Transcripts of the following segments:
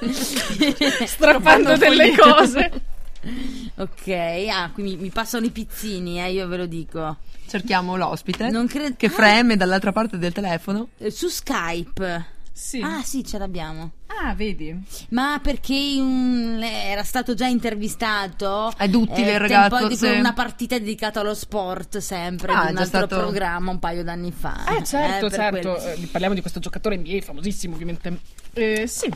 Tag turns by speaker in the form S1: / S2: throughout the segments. S1: strappando delle cose.
S2: Ok, ah, qui mi, mi passano i pizzini, eh, io ve lo dico.
S3: Cerchiamo l'ospite
S2: Non credo-
S3: che
S2: ah.
S3: freme dall'altra parte del telefono.
S2: Eh, Su Skype.
S1: Sì.
S2: Ah sì, ce l'abbiamo.
S1: Ah, vedi.
S2: Ma perché un- era stato già intervistato? eh,
S3: Ed utile il
S2: tempo
S3: ragazzo,
S2: di
S3: sì.
S2: una partita dedicata allo sport, sempre,
S3: Ah,
S2: di
S3: è
S2: un
S3: già
S2: altro
S3: stato-
S2: programma un paio d'anni fa.
S1: Eh, certo,
S2: per
S1: certo.
S2: quello.
S1: Eh, parliamo di questo giocatore NBA famosissimo, ovviamente. Eh, sì.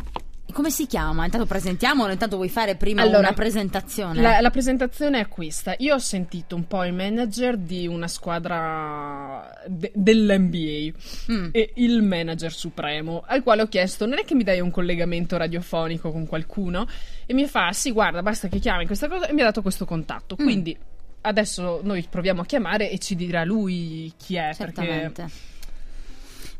S2: Come si chiama? Intanto presentiamolo, intanto vuoi fare prima
S1: Allora,
S2: una presentazione?
S1: La, la presentazione è questa. Io ho sentito un po' il manager di una squadra de- dell'NBA
S2: Mm.
S1: e il manager supremo, al quale ho chiesto: Non è che mi dai un collegamento radiofonico con qualcuno? E mi fa: Sì, guarda, basta che chiami questa cosa. E mi ha dato questo contatto.
S2: Mm.
S1: Quindi adesso noi proviamo a chiamare e ci dirà lui chi è. Perché
S2: Certamente.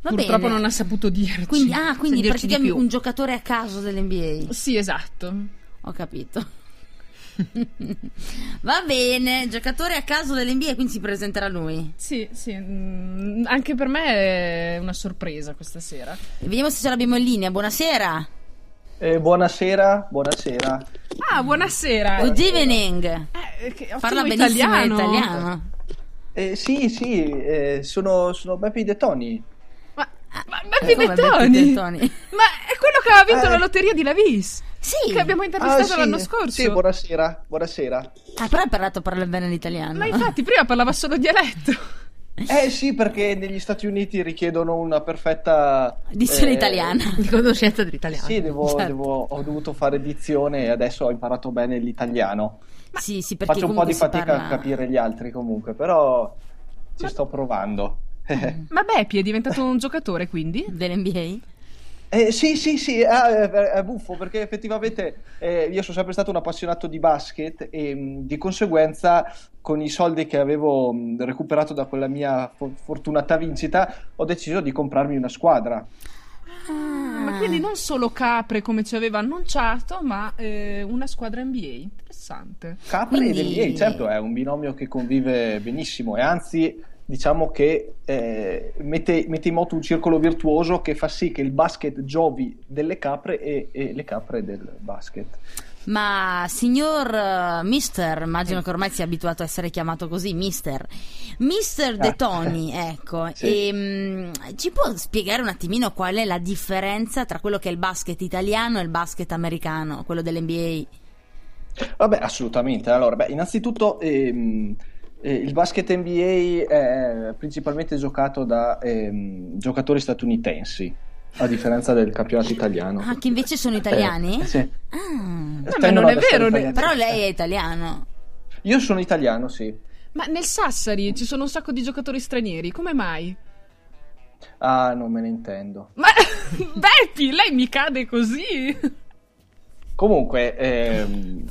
S2: Va
S1: purtroppo
S2: bene.
S1: non ha saputo dirci.
S2: Quindi, ah, quindi
S3: dirci di
S2: praticamente
S3: più.
S2: un giocatore a caso dell'NBA.
S1: Sì, esatto.
S2: Ho capito. Va bene, giocatore a caso dell'NBA, quindi si presenterà lui.
S1: Sì, sì, mm, anche per me è una sorpresa questa sera.
S2: Vediamo se ce l'abbiamo in linea. Buonasera.
S4: Eh, buonasera, buonasera.
S1: Ah, buonasera.
S2: Good evening.
S1: Eh, che ottimo
S2: Parla benissimo italiano.
S1: Ah,
S2: italiano.
S4: Eh, sì, sì, eh, sono, sono Beppe De Toni.
S1: Ma, ma
S2: Eh,
S1: Beppi
S2: come
S1: Bettoni.
S2: Beppe Bettoni.
S1: Ma è quello che aveva vinto
S4: Eh.
S1: la lotteria di Lavis.
S2: Sì.
S1: Che abbiamo
S4: Ah,
S1: intervistato
S4: sì,
S1: l'anno scorso.
S4: Sì, buonasera, buonasera.
S2: Ah, però hai parlato parla bene l'italiano.
S1: Ma infatti prima parlava solo dialetto.
S4: Eh sì, perché negli Stati Uniti richiedono una perfetta...
S2: Dizione
S4: eh,
S2: italiana.
S3: Di conoscenza dell'italiano.
S4: Sì, devo-
S2: Certo.
S4: devo- ho dovuto fare dizione e adesso ho imparato bene l'italiano.
S2: Sì, sì, perché
S4: Faccio un po'
S2: comunque
S4: di
S2: si
S4: fatica
S2: parla-
S4: a capire gli altri comunque, però ci sto provando.
S1: Ma Beppi è diventato un giocatore quindi?
S2: dell'NBA.
S4: Eh, sì, sì, sì, ah, è, è buffo perché effettivamente eh, io sono sempre stato un appassionato di basket e mh, di conseguenza con i soldi che avevo mh, recuperato da quella mia fo- fortunata vincita ho deciso di comprarmi una squadra.
S2: Ah.
S1: Ma quindi non solo capre come ci aveva annunciato, ma eh, una squadra NBA. Interessante.
S4: Capri
S2: Quindi-
S4: e NBA, certo, è un binomio che convive benissimo e anzi diciamo che eh, mette, mette in moto un circolo virtuoso che fa sì che il basket giovi delle capre e, e le capre del basket.
S2: Ma signor eh, Mister, immagino che ormai sia abituato a essere chiamato così, Mister. Mister De
S4: Ah.
S2: Toni, ecco,
S4: Sì.
S2: ehm, ci può spiegare un attimino qual è la differenza tra quello che è il basket italiano e il basket americano, quello dell'NBA?
S4: Vabbè, assolutamente. Allora, beh, innanzitutto ehm, eh, il basket NBA è principalmente giocato da ehm, giocatori statunitensi, a differenza del campionato italiano.
S2: Ah, che invece sono italiani?
S4: Eh, sì.
S2: Ah,
S1: ma non
S4: Tendono
S1: è
S4: ad essere
S1: vero, ne-
S4: italiani.
S2: però lei è italiano.
S4: Io sono italiano, sì.
S1: Ma nel Sassari ci sono un sacco di giocatori stranieri, come mai?
S4: Ah, non me ne intendo.
S1: Ma Betty, lei mi cade così.
S4: Comunque, ehm,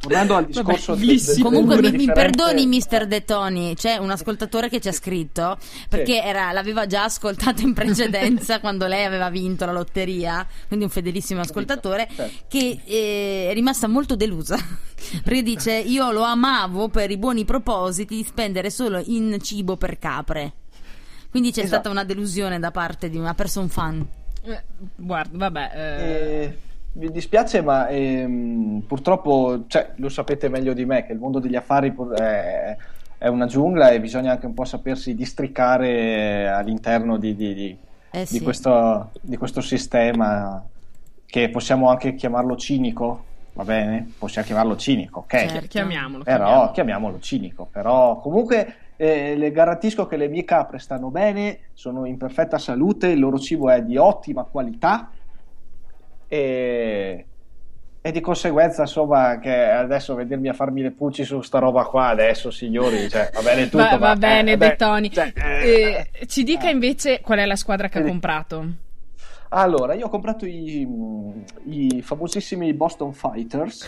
S4: tornando al discorso...
S1: Vabbè,
S4: del- del-
S1: bellissimo.
S4: delle
S2: Comunque mi, mi
S4: differenze-
S2: perdoni mister De Toni, c'è un ascoltatore che ci ha scritto perché era- l'aveva già ascoltato in precedenza quando lei aveva vinto la lotteria, quindi un fedelissimo ascoltatore
S4: Certo.
S2: che eh, è rimasta molto delusa perché dice io lo amavo per i buoni propositi di spendere solo in cibo per capre. Quindi c'è
S4: Esatto.
S2: stata una delusione da parte di una person fan.
S1: Eh, guarda, vabbè. eh,
S4: cioè- Eh, mi dispiace, ma ehm, purtroppo cioè, lo sapete meglio di me che il mondo degli affari pur- è, è una giungla e bisogna anche un po' sapersi districare all'interno di, di- di-
S2: Eh
S4: di
S2: sì.
S4: questo, di questo sistema che possiamo anche chiamarlo cinico, va bene? Possiamo chiamarlo cinico, ok?
S2: Certo.
S1: eh, Chiamiamolo.
S4: Però
S1: chiamiamolo.
S4: chiamiamolo cinico, però comunque eh, le garantisco che le mie capre stanno bene, sono in perfetta salute, il loro cibo è di ottima qualità e, e di conseguenza insomma che adesso venirmi a farmi le pulci su sta roba qua adesso signori, cioè, va bene tutto.
S1: va,
S4: ma-
S1: va bene,
S4: eh,
S1: De
S4: beh,
S1: Toni.
S4: cioè, eh,
S1: Eh, ci dica
S4: eh.
S1: invece qual è la squadra che ha
S4: Sì.
S1: comprato.
S4: Allora, io ho comprato i, i famosissimi Boston Fighters.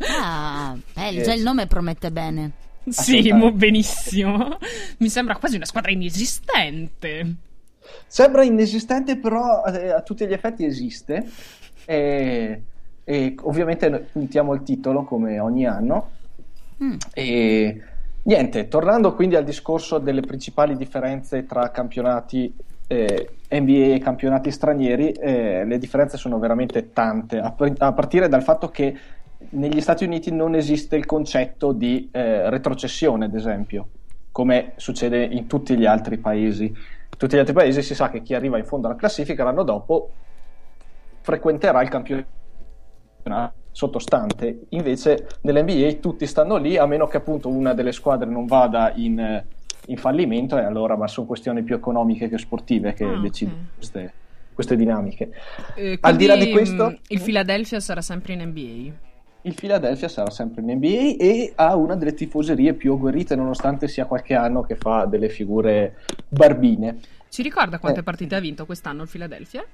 S2: Ah, bello,
S4: Eh,
S2: già il
S4: sì.
S2: nome promette bene.
S1: Sì,
S4: Assolutamente.
S1: mo benissimo. Mi sembra quasi una squadra inesistente.
S4: Sembra inesistente, però eh, a tutti gli effetti esiste. E, e ovviamente noi puntiamo il titolo come ogni anno.
S2: Mm.
S4: E niente, tornando quindi al discorso delle principali differenze tra campionati eh, NBA e campionati stranieri eh, le differenze sono veramente tante, a, par- a partire dal fatto che negli Stati Uniti non esiste il concetto di eh, retrocessione, ad esempio, come succede in tutti gli altri paesi. In tutti gli altri paesi si sa che chi arriva in fondo alla classifica l'anno dopo frequenterà il campionato sottostante. Invece nell'NBA tutti stanno lì, a meno che appunto una delle squadre non vada in, in fallimento, e allora ma sono questioni più economiche che sportive che
S1: Ah, ok.
S4: decidono queste, queste dinamiche.
S1: Eh,
S4: Al di là
S1: quindi,
S4: di questo-
S1: mh, il Philadelphia sarà sempre in NBA.
S4: Il Philadelphia sarà sempre in NBA e ha una delle tifoserie più agguerrite, nonostante sia qualche anno che fa delle figure barbine.
S1: Ci ricorda quante
S4: Eh.
S1: partite ha vinto quest'anno il Philadelphia?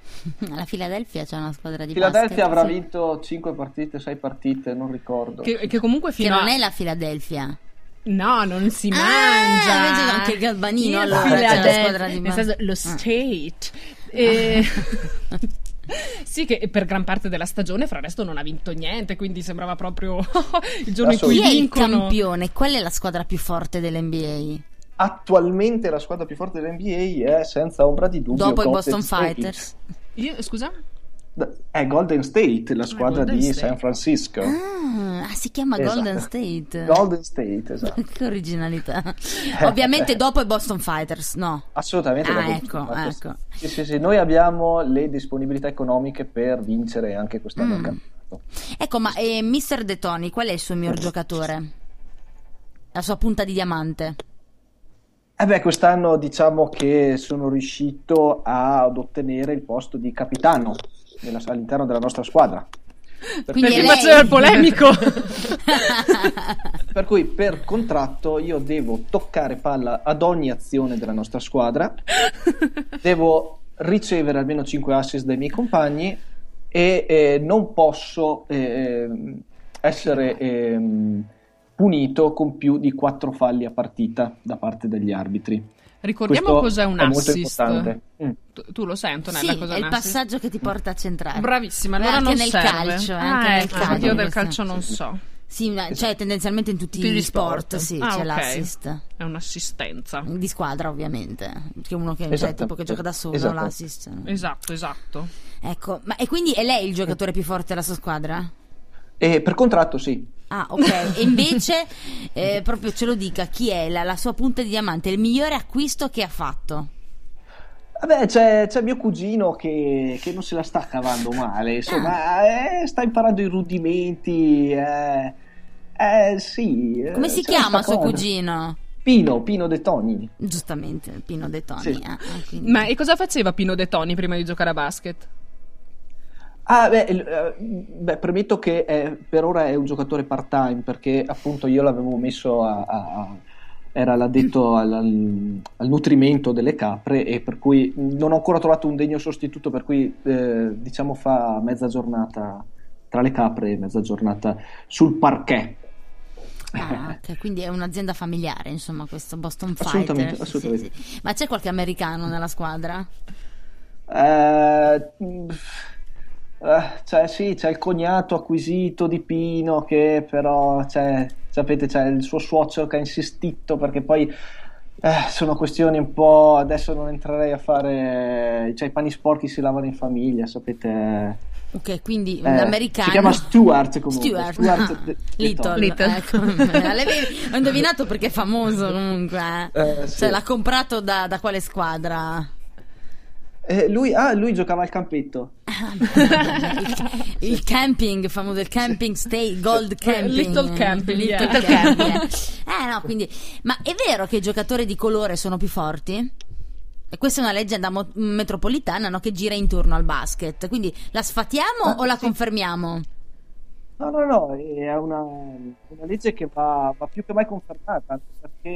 S2: Alla Philadelphia c'è una squadra di
S4: Philadelphia
S2: basket,
S4: avrà
S2: sì.
S4: vinto 5 partite, 6 partite, non ricordo.
S1: Che, che comunque
S2: Che
S1: fino
S2: non
S1: a...
S2: è la Philadelphia.
S1: No, non si
S2: Ah,
S1: mangia.
S2: invece anche il Galbanino,
S1: Il
S2: allora,
S1: Philadelphia-
S2: c'è la squadra di
S1: nel
S2: ba-
S1: senso, lo
S2: Ah.
S1: state. E- sì, che per gran parte della stagione, fra il resto, non ha vinto niente. Quindi sembrava proprio il giorno in cui
S2: Chi è il
S1: vincono.
S2: campione? Qual è la squadra più forte dell'NBA?
S4: Attualmente la squadra più forte dell'NBA è senza ombra di dubbio
S2: Dopo i
S4: Golden
S2: Boston
S4: State.
S2: Fighters.
S1: Io- scusa?
S4: D- È Golden State, la squadra
S1: Golden
S4: di
S1: State.
S4: San Francisco.
S2: Ah, ah, si chiama
S4: Esatto.
S2: Golden State.
S4: Golden State, esatto.
S2: che originalità. Ovviamente dopo i Boston Fighters, no.
S4: Assolutamente.
S2: Ah,
S4: dopo-
S2: ecco, ecco.
S4: Sì, sì, sì, noi abbiamo le disponibilità economiche per vincere anche quest'anno il
S2: Mm.
S4: campionato.
S2: Ecco, ma eh, Mr. De Toni, qual è il suo miglior giocatore? La sua punta di diamante.
S4: Eh beh, quest'anno diciamo che sono riuscito ad ottenere il posto di capitano nella- all'interno della nostra squadra. Per,
S2: Quindi
S1: Perché
S2: è lei.
S1: faceva il polemico.
S4: per cui per contratto io devo toccare palla ad ogni azione della nostra squadra, devo ricevere almeno 5 assist dai miei compagni e eh, non posso ehm, essere ehm, punito con più di 4 falli a partita da parte degli arbitri.
S1: Ricordiamo
S4: Questo
S1: cos'è un
S4: è molto
S1: assist.
S4: importante. Mm.
S1: Tu, tu lo sai, Antonella?
S2: sì,
S1: cosa
S2: è
S1: un
S2: il
S1: assist?
S2: passaggio che ti porta a centrare.
S1: Bravissima,
S2: Ma
S1: allora
S2: anche
S1: non
S2: nel
S1: serve.
S2: calcio,
S1: Ah,
S2: anche nel
S1: ecco,
S2: calcio,
S1: Io del
S2: questo.
S1: calcio non so,
S2: Sì, ma- cioè tendenzialmente in tutti,
S1: Tutti
S2: gli
S1: gli
S2: sport,
S1: sport.
S2: sì,
S1: Ah,
S2: c'è
S1: ok.
S2: l'assist.
S1: è un'assistenza.
S2: Di squadra, ovviamente. Che uno che cioè,
S4: Esatto.
S2: tipo che gioca da solo,
S4: Esatto.
S2: l'assist.
S1: Esatto, esatto.
S2: Ecco, ma e quindi è lei il
S4: Eh.
S2: giocatore più forte della sua squadra?
S4: E Eh, per contratto sì,
S2: Ah, ok. E invece, eh, proprio ce lo dica, chi è la, la sua punta di diamante, il migliore acquisto che ha fatto?
S4: Vabbè, c'è, c'è mio cugino che, che non se la sta cavando male, insomma, eh, sta imparando i rudimenti. Eh, eh, sì. eh,
S2: Come si
S4: ce la
S2: chiama
S4: sta
S2: suo
S4: con-
S2: cugino?
S4: Pino, Pino De Toni.
S2: Giustamente, Pino De Toni.
S4: Sì.
S2: ah, ah, quindi-
S1: Ma e cosa faceva Pino De Toni prima di giocare a basket?
S4: Ah, beh, il- eh, beh, premetto che eh, per ora è un giocatore part-time perché appunto io l'avevo messo a. a- a- era l'addetto al, al- al nutrimento delle capre e per cui non ho ancora trovato un degno sostituto per cui eh, diciamo fa mezza giornata tra le capre e mezza giornata sul parquet
S2: Ah, ok, quindi è un'azienda familiare, insomma, questo Boston
S4: Assolutamente,
S2: Fighters. Sì,
S4: assolutamente.
S2: sì, sì. Ma c'è qualche americano nella squadra?
S4: Eh, mh, eh, cioè, sì, c'è il cognato acquisito di Pino che però, cioè, sapete, c'è il suo suocero che ha insistito perché poi eh, sono questioni un po'. Adesso non entrerei a fare. Cioè, i pani sporchi si lavano in famiglia, sapete.
S2: Ok, quindi
S4: Eh,
S2: un americano.
S4: si chiama Stuart comunque.
S2: Stuart,
S4: Stuart
S2: ah,
S4: De- De
S2: Little,
S4: Toni.
S1: Little.
S2: ecco. L'avevi- Ho indovinato perché è famoso comunque. eh.
S4: Eh, sì.
S2: Cioè, l'ha comprato da, da quale squadra?
S4: Eh, lui, ah, lui giocava al campetto.
S2: il, il camping famoso il camping stay gold camping
S1: Eh, Little camping,
S2: Little
S1: yeah.
S2: camping, eh. Eh, no quindi ma è vero che i giocatori di colore sono più forti? E questa è una leggenda mo- metropolitana no, che gira intorno al basket quindi la sfatiamo
S4: Ah,
S2: o la
S4: sì.
S2: confermiamo?
S4: No, no, no, è una, una legge che va, va più che mai confermata, anche perché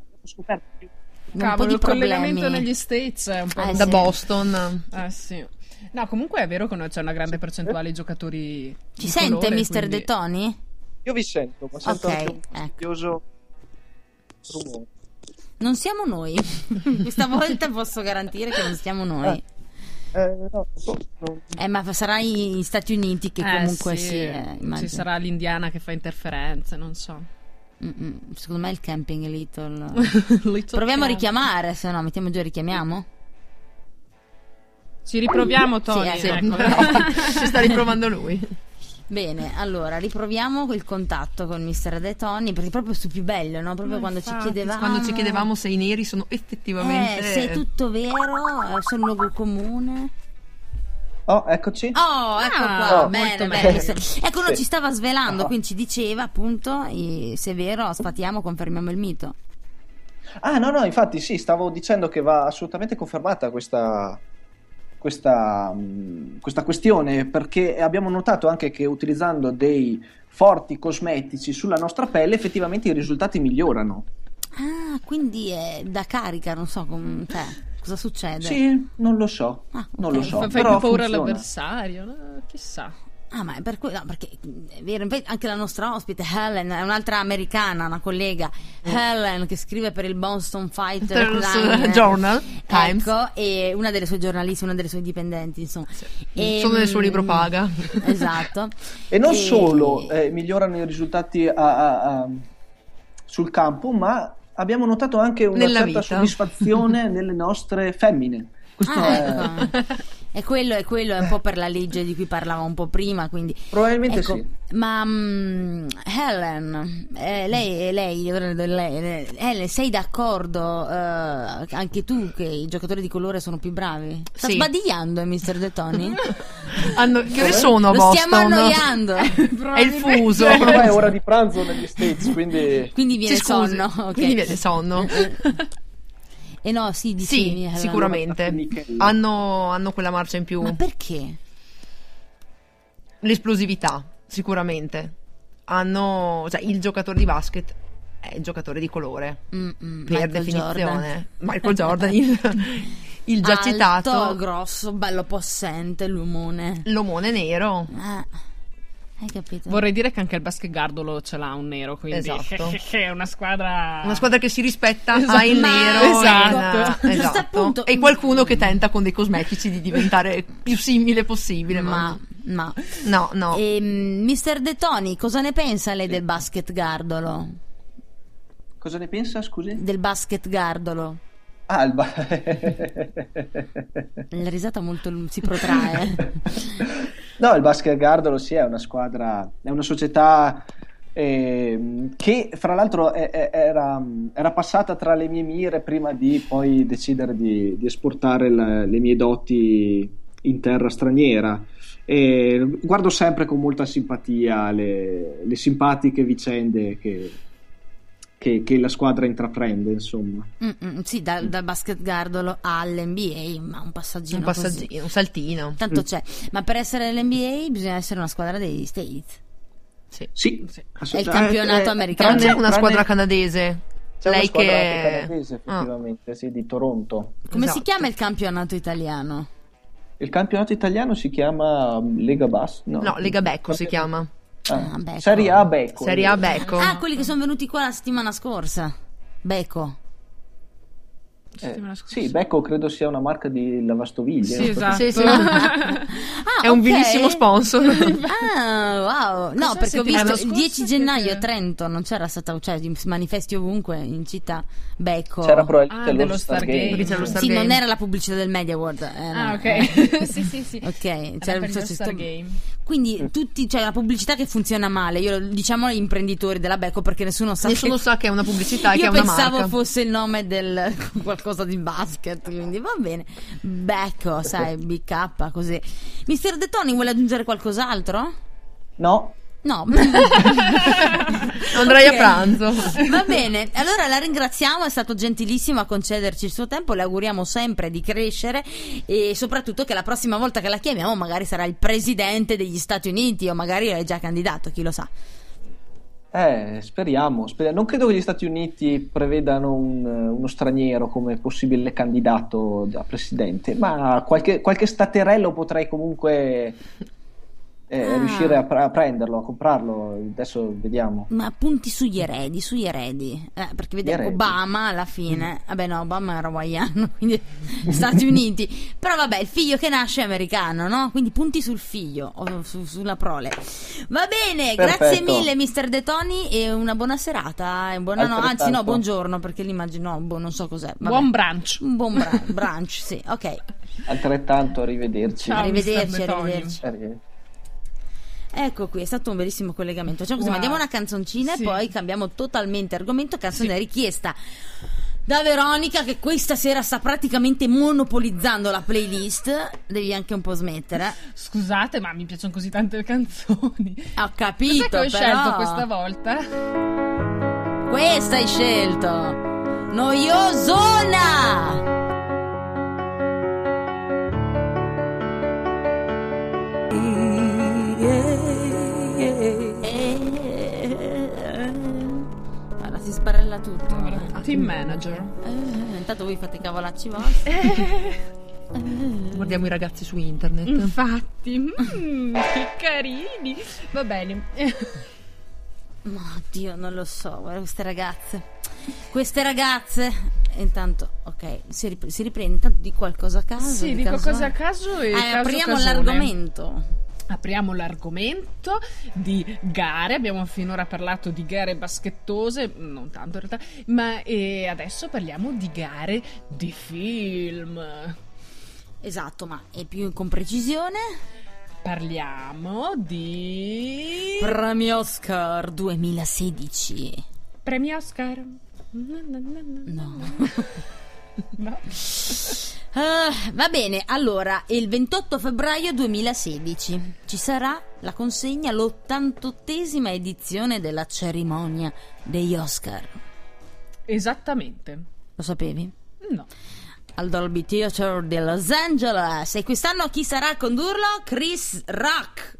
S4: abbiamo scoperto che
S2: Un po'
S1: Cavolo,
S2: di
S1: il collegamento
S2: problemi
S1: negli States è un po'
S2: Eh,
S3: Da
S2: sì.
S3: Boston.
S1: Eh, sì. No, comunque è vero che c'è una grande percentuale di giocatori
S2: ci
S1: di
S2: sente
S1: colore,
S2: mister
S1: quindi-
S2: De Toni?
S4: io vi sento, ma sento
S2: Ok,
S4: anche un
S2: ecco.
S4: curioso rumore.
S2: non siamo noi questa volta posso garantire che non siamo noi
S4: Eh, no, non- non-
S2: eh, ma sarà gli Stati Uniti che
S1: Eh,
S2: comunque
S1: sì,
S2: sì, eh, immagino.
S1: ci sarà l'Indiana che fa interferenze, non so.
S2: Mm-mm. Secondo me il camping Little. Proviamo a richiamare, se no mettiamo giù e richiamiamo.
S5: Ci riproviamo, Tony.
S2: Sì,
S3: Sì,
S5: ecco.
S3: no, ci sta riprovando lui.
S2: Bene, allora riproviamo quel contatto con Mr. De Tony, perché proprio su più bello, no? Proprio
S5: Ma
S2: quando ci
S5: infatti,
S2: chiedevamo
S3: Quando ci chiedevamo se i neri sono effettivamente
S2: eh, se è tutto vero, eh, sono luogo comune.
S4: Oh, eccoci.
S2: Oh, ecco
S5: Ah,
S2: qua,
S4: molto
S2: bene,
S5: meglio.
S2: bene. se- Ecco, uno
S4: Sì.
S2: ci stava svelando,
S4: Ah.
S2: quindi ci diceva appunto, eh, se è vero, sfatiamo, confermiamo il mito.
S4: Ah, no, no, infatti sì, stavo dicendo che va assolutamente confermata questa, questa, mh, questa questione, perché abbiamo notato anche che utilizzando dei forti cosmetici sulla nostra pelle effettivamente i risultati migliorano.
S2: Ah, quindi è da carica, non so com- cioè, cosa succede.
S4: Sì, non lo so,
S2: Ah, ok.
S4: non lo so.
S1: Fa- fai
S4: però
S1: più paura
S4: funziona.
S1: all'avversario, no? chissà.
S2: Ah, ma è per quello, no, perché è vero, infatti anche la nostra ospite Helen, è un'altra americana, una collega,
S3: Eh.
S2: Helen che scrive per il Boston Fight Line.
S3: Journal Times.
S2: Ecco, e una delle sue giornaliste, una delle sue dipendenti, insomma. E,
S3: Sono nel suo
S2: mm,
S3: libro paga.
S2: Esatto.
S4: E non solo eh, migliorano i risultati a- a- a- sul campo, ma abbiamo notato anche una
S3: Nella
S4: certa
S3: vita.
S4: soddisfazione nelle nostre femmine. Questo
S2: Ah,
S4: è...
S2: ecco. E quello è quello, è un po' per la legge di cui parlavo un po' prima, quindi
S4: Probabilmente
S2: Ecco,
S4: sì.
S2: ma mm, Helen, eh, lei, lei, lei, lei- eh, Helen, sei d'accordo eh, anche tu che i giocatori di colore sono più bravi? Sta
S3: Sì.
S2: sbadigliando eh, Mr. De Toni?
S3: Hanno- che ore sono a
S2: Lo
S3: Boston?
S2: stiamo annoiando,
S3: È il fuso.
S4: Ormai è ora di pranzo negli States, quindi
S2: quindi viene
S3: Ci scusi,
S2: sonno. ok.
S3: Quindi viene sonno.
S2: Eh no, sì, dicevi,
S3: Sì,
S2: Helen.
S3: sicuramente.
S4: Michele.
S3: Hanno, hanno quella marcia in più.
S2: Ma perché?
S3: L'esplosività, sicuramente. Hanno, cioè, il giocatore di basket è il giocatore di colore.
S2: Mm, mm,
S3: per
S2: Michael
S3: definizione.
S2: Jordan.
S3: Michael Jordan, il, il già
S2: Alto,
S3: citato
S2: grosso, bello possente, l'umone.
S3: l'omone nero.
S2: Ah, hai capito?
S1: Vorrei dire che anche il basket gardolo ce l'à un nero, quindi
S3: Esatto.
S1: è una squadra...
S3: Una squadra che si rispetta ha il
S1: Ma-
S3: nero
S1: Esatto.
S3: e,
S2: Giusto
S3: esatto.
S2: appunto.
S3: e qualcuno che tenta con dei cosmetici di diventare più simile possibile. Ma,
S2: ma, ma.
S3: no, no.
S2: Ehm, Mister De Toni, cosa ne pensa lei del basket gardolo?
S4: cosa ne pensa, scusi?
S2: Del basket gardolo?
S4: Ah, il ba-
S2: La risata molto l- si protrae.
S4: No, il Basket Gardolo sì, è una squadra, è una società ehm, che fra l'altro è- è- era, era passata tra le mie mire prima di poi decidere di, di esportare la- le mie doti in terra straniera. E guardo sempre con molta simpatia le, le simpatiche vicende che- che- che la squadra intraprende, insomma.
S2: Mm, mm, sì, dal, dal basket gardolo all'NBA, ma un passaggino.
S3: un passaggino, Mm.
S2: così.
S3: un saltino.
S2: Tanto c'è. Ma per essere l'NBA bisogna essere una squadra degli States.
S3: Sì.
S4: Sì, Eh,
S1: Sì.
S2: È il campionato americano.
S3: Però
S2: Tranne-
S3: c'è una squadra canadese.
S4: C'è
S3: lei
S4: una squadra
S3: che...
S4: anche canadese,
S3: Ah,
S4: effettivamente, sì, di Toronto.
S2: Come si
S3: esatto.
S2: chiama il campionato italiano?
S4: Il campionato italiano si chiama mm, Lega Bass? No,
S3: No, Lega Becco si chiama.
S4: Ah,
S2: Ah, Becco.
S4: Serie A Becco. eh,
S3: Serie A Becco.
S2: Ah, quelli che sono venuti qua la settimana scorsa. Becco.
S4: Eh,
S1: Settimana scorsa.
S4: sì, Becco credo sia una marca di lavastoviglie.
S1: Sì, esatto.
S3: Sì, sì.
S2: Ah,
S3: È un
S2: ok.
S3: vilissimo sponsor.
S2: Ah, wow. No,
S1: Cos'è
S2: perché ho
S1: settimana
S2: visto il
S1: scorsa
S2: 10
S1: che-
S2: gennaio a Trento non c'era stata, cioè di manifesti ovunque in città. Becco.
S4: C'era probabilmente
S1: Ah, dello
S4: lo Star
S1: Stargate.
S4: Game.
S3: Perché c'è lo Star
S2: sì,
S3: Game.
S2: non era la pubblicità del Media World. eh, no.
S1: Ah, ok. sì, sì, sì.
S2: Ok,
S1: Era
S2: c'era
S1: per
S2: cioè,
S1: lo
S2: sto-
S1: Stargame.
S2: Quindi tutti, cioè la pubblicità che funziona male, io diciamo agli imprenditori della Becco perché nessuno sa
S3: Nessuno
S2: che...
S3: sa che è una pubblicità e che è
S2: Io
S3: una
S2: pensavo
S3: marca.
S2: fosse il nome del qualcosa di basket, quindi va bene. Becco, sai, BK, così. Mister De Toni vuole aggiungere qualcos'altro?
S4: No,
S2: No.
S3: Andrai
S2: Ok.
S3: a pranzo.
S2: Va bene, allora la ringraziamo, è stato gentilissimo a concederci il suo tempo, le auguriamo sempre di crescere e soprattutto che la prossima volta che la chiamiamo magari sarà il presidente degli Stati Uniti o magari è già candidato, chi lo sa.
S4: eh, speriamo, speriamo. Non credo che gli Stati Uniti prevedano un- uno straniero come possibile candidato da presidente, ma qualche, qualche staterello potrei comunque eh,
S2: Ah.
S4: riuscire a, pra- a prenderlo, a comprarlo. Adesso vediamo.
S2: Ma punti sugli eredi, sugli eredi. Eh, perché vedi
S4: eredi. Mm.
S2: Obama alla fine. Vabbè, no, Obama era hawaiano, quindi Stati Uniti. Però vabbè, il figlio che nasce è americano, no? Quindi punti sul figlio, o su- sulla prole. Va bene, grazie
S4: Perfetto.
S2: mille, mister De Toni, e una buona serata. E buona no- anzi, no,
S4: Altrettanto.
S2: buongiorno, perché l'immagino, boh, non so cos'è. vabbè.
S1: Buon brunch.
S2: Un buon bra- brunch, sì, ok.
S4: Altrettanto, arrivederci.
S1: Ciao,
S2: Arrivederci,
S1: mister De Toni.
S2: arrivederci.
S4: Arrivederci.
S2: Ecco qui, è stato un bellissimo collegamento. Facciamo così,
S1: Wow.
S2: mandiamo una canzoncina
S1: Sì.
S2: e poi cambiamo totalmente argomento. Canzone richiesta da Veronica che questa sera sta praticamente monopolizzando la playlist. Devi anche un po' smettere.
S1: Scusate, ma mi piacciono così tante le canzoni.
S2: Ho
S1: Cos'è
S2: capito,
S1: che ho
S2: però. Ah,
S1: scelto questa volta?
S2: Questa hai scelto. Noiosona! Eh, Guarda, si sparella tutto. mm.
S1: Team manager.
S2: Eh, intanto voi fate i cavolacci vostri.
S3: Guardiamo i ragazzi su internet.
S1: Infatti, mm, che carini. Va bene. Eh
S2: Ma Dio, non lo so, guarda queste ragazze. Queste ragazze. E Intanto, ok, si, rip- si riprende intanto di qualcosa a caso.
S1: Sì,
S2: di
S1: dico
S2: casone.
S1: cose a caso e
S2: Eh,
S1: caso
S2: apriamo
S1: casone.
S2: l'argomento.
S1: Apriamo l'argomento di gare, abbiamo finora parlato di gare baschettose, non tanto in realtà, ma eh, adesso parliamo di gare di film.
S2: Esatto, ma è più con precisione.
S1: Parliamo di...
S2: Premio Oscar 2016.
S1: Premi Oscar.
S2: No.
S1: No.
S2: Ah, va bene, allora, il 28 febbraio 2016 ci sarà la consegna, l'88esima edizione della cerimonia degli Oscar.
S1: Esattamente.
S2: Lo sapevi?
S1: No.
S2: Al Dolby Theatre di Los Angeles. E quest'anno chi sarà a condurlo? Chris Rock,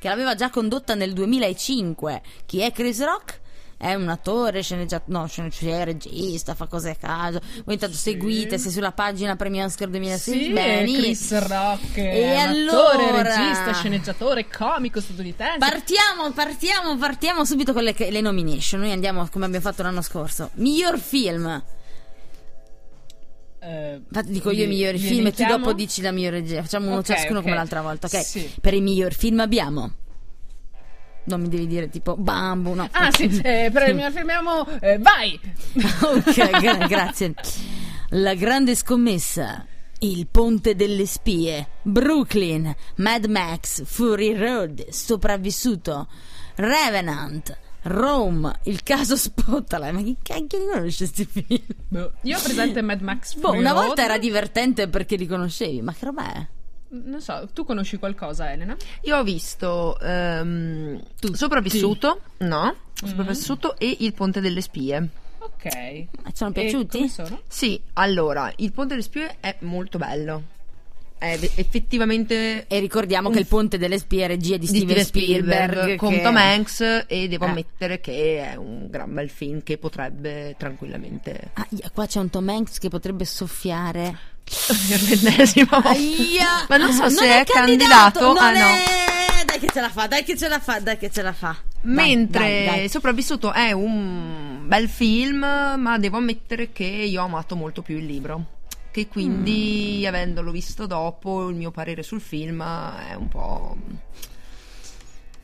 S2: che l'aveva già condotta nel 2005. Chi è Chris Rock? È un attore, sceneggiatore, no, sceneggiatore, regista, fa cose a caso. Voi intanto seguite, se sulla pagina Premio Oscar 2016,
S1: Sì, è
S2: Eh, benissimo.
S1: Chris Rock,
S2: E
S1: è un
S2: allora?
S1: attore, regista, sceneggiatore, comico statunitense.
S2: Partiamo, partiamo, partiamo subito con le, le nomination. Noi andiamo come abbiamo fatto l'anno scorso. Miglior film.
S1: Eh,
S2: Infatti dico io i
S1: li-
S2: migliori
S1: li
S2: film e tu
S1: elenchiamo?
S2: dopo dici la migliore regia. Facciamo uno
S1: Ok,
S2: ciascuno
S1: ok.
S2: come l'altra volta, ok?
S1: Sì.
S2: Per i miglior film abbiamo. Non mi devi dire tipo bambu, no.
S1: Ah sì, eh, però mi fermiamo, eh, vai!
S2: ok, gra- grazie. La grande scommessa. Il ponte delle spie. Brooklyn. Mad Max. Fury Road. Sopravvissuto. Revenant. Rome. Il caso Spotlight. Ma chi cacchio riconosce questi film?
S1: Boh, Io ho presente Mad Max
S2: Boh,
S1: Fury
S2: una
S1: Road.
S2: volta era divertente perché li conoscevi, ma che roba è?
S1: Mm, Non so, tu conosci qualcosa Elena?
S3: Io ho visto ehm, Sopravvissuto, no?
S2: Mm.
S3: Sopravvissuto e Il Ponte delle Spie.
S1: Ok.
S2: Ma Ci sono
S1: E
S2: piaciuti?
S1: come sono?
S3: Sì, allora, Il Ponte delle Spie è molto bello. È ve- effettivamente
S2: E ricordiamo
S3: Un-
S2: che il ponte delle spie è regia di,
S3: di
S2: Steven Spielberg,
S3: con
S2: che-
S3: Tom Hanks e devo
S2: Eh.
S3: ammettere che è un gran bel film che potrebbe tranquillamente
S2: Ah, ia, qua c'è un Tom Hanks che potrebbe soffiare.
S3: per l'ennesima volta.
S2: Aia!
S3: Ma non so
S2: Ah,
S3: se
S2: è
S3: è candidato,
S2: non
S3: ah, no.
S2: è- Dai che ce la fa, dai che ce la fa, dai che ce la fa. Vai,
S3: Mentre
S2: dai, dai.
S3: Sopravvissuto è un bel film, ma devo ammettere che io ho amato molto più il libro. Che
S2: Mm.
S3: quindi, avendolo visto dopo, il mio parere sul film è un po'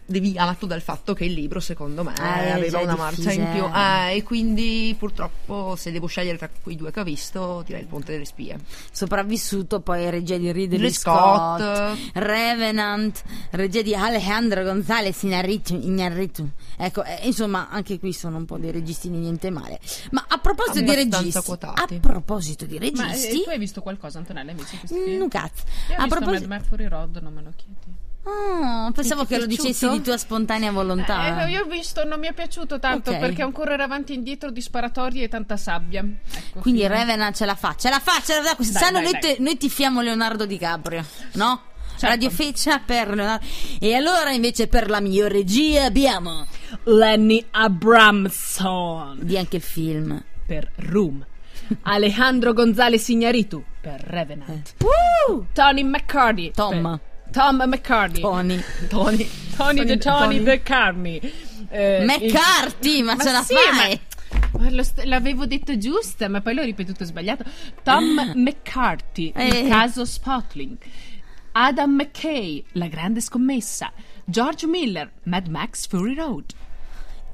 S3: deviato dal fatto che il libro, secondo me,
S2: Eh, già
S3: aveva
S2: è
S3: una marcia in più.
S2: difficile.
S3: Eh, e quindi, purtroppo, se devo scegliere tra quei due che ho visto, direi il Ponte delle Spie.
S2: Sopravvissuto poi è regia di Ridley
S3: Ridley
S2: Scott,
S3: Scott.
S2: Revenant, regia di Alejandro Gonzalez Inarritu. Inarritu. Ecco, eh, insomma, anche qui sono un po' dei registini niente male. Ma a proposito di
S3: Abbastanza
S2: registi,
S3: quotati.
S2: a proposito di
S1: Ma eh,
S2: registi,
S1: tu hai visto qualcosa Antonella? Hai visto questi film?
S2: Mm, cazzo.
S1: Io ho
S2: A
S1: visto
S2: proposito,
S1: Mad Max Fury Road, non me lo chiedi.
S2: Ah, pensavo
S3: Ti è
S2: che lo
S3: piaciuto?
S2: dicessi di tua spontanea volontà.
S1: Eh, io ho visto, non mi è piaciuto tanto
S2: Ok.
S1: perché è un correre avanti e indietro di sparatorie e tanta sabbia. Ecco,
S2: Quindi
S1: fine.
S2: Revenant ce la fa, ce la fa, ce la fa. Quest'anno
S1: dai,
S2: noi,
S1: dai.
S2: te- noi tifiamo Leonardo DiCaprio, no?
S1: Certo.
S2: Radio Feccia per Leonardo. E allora invece per la miglior regia abbiamo
S1: Lenny Abramson
S2: di anche il film.
S1: per Room. Alejandro Gonzalez Iñárritu per Revenant. Tony McCarty.
S2: Eh. Tom.
S1: per- Tom McCartney.
S2: Tony.
S1: eh, Tony, Tony the Tony, the Carney. Eh,
S2: McCarthy, ma, ce la
S1: sì,
S2: fai?
S1: ma- ma lo st- l'avevo detto giusta, ma poi l'ho ripetuto sbagliato. Tom McCarthy,
S2: Ah. Eh.
S1: il caso Spotling. Adam McKay, la grande scommessa. George Miller, Mad Max Fury Road.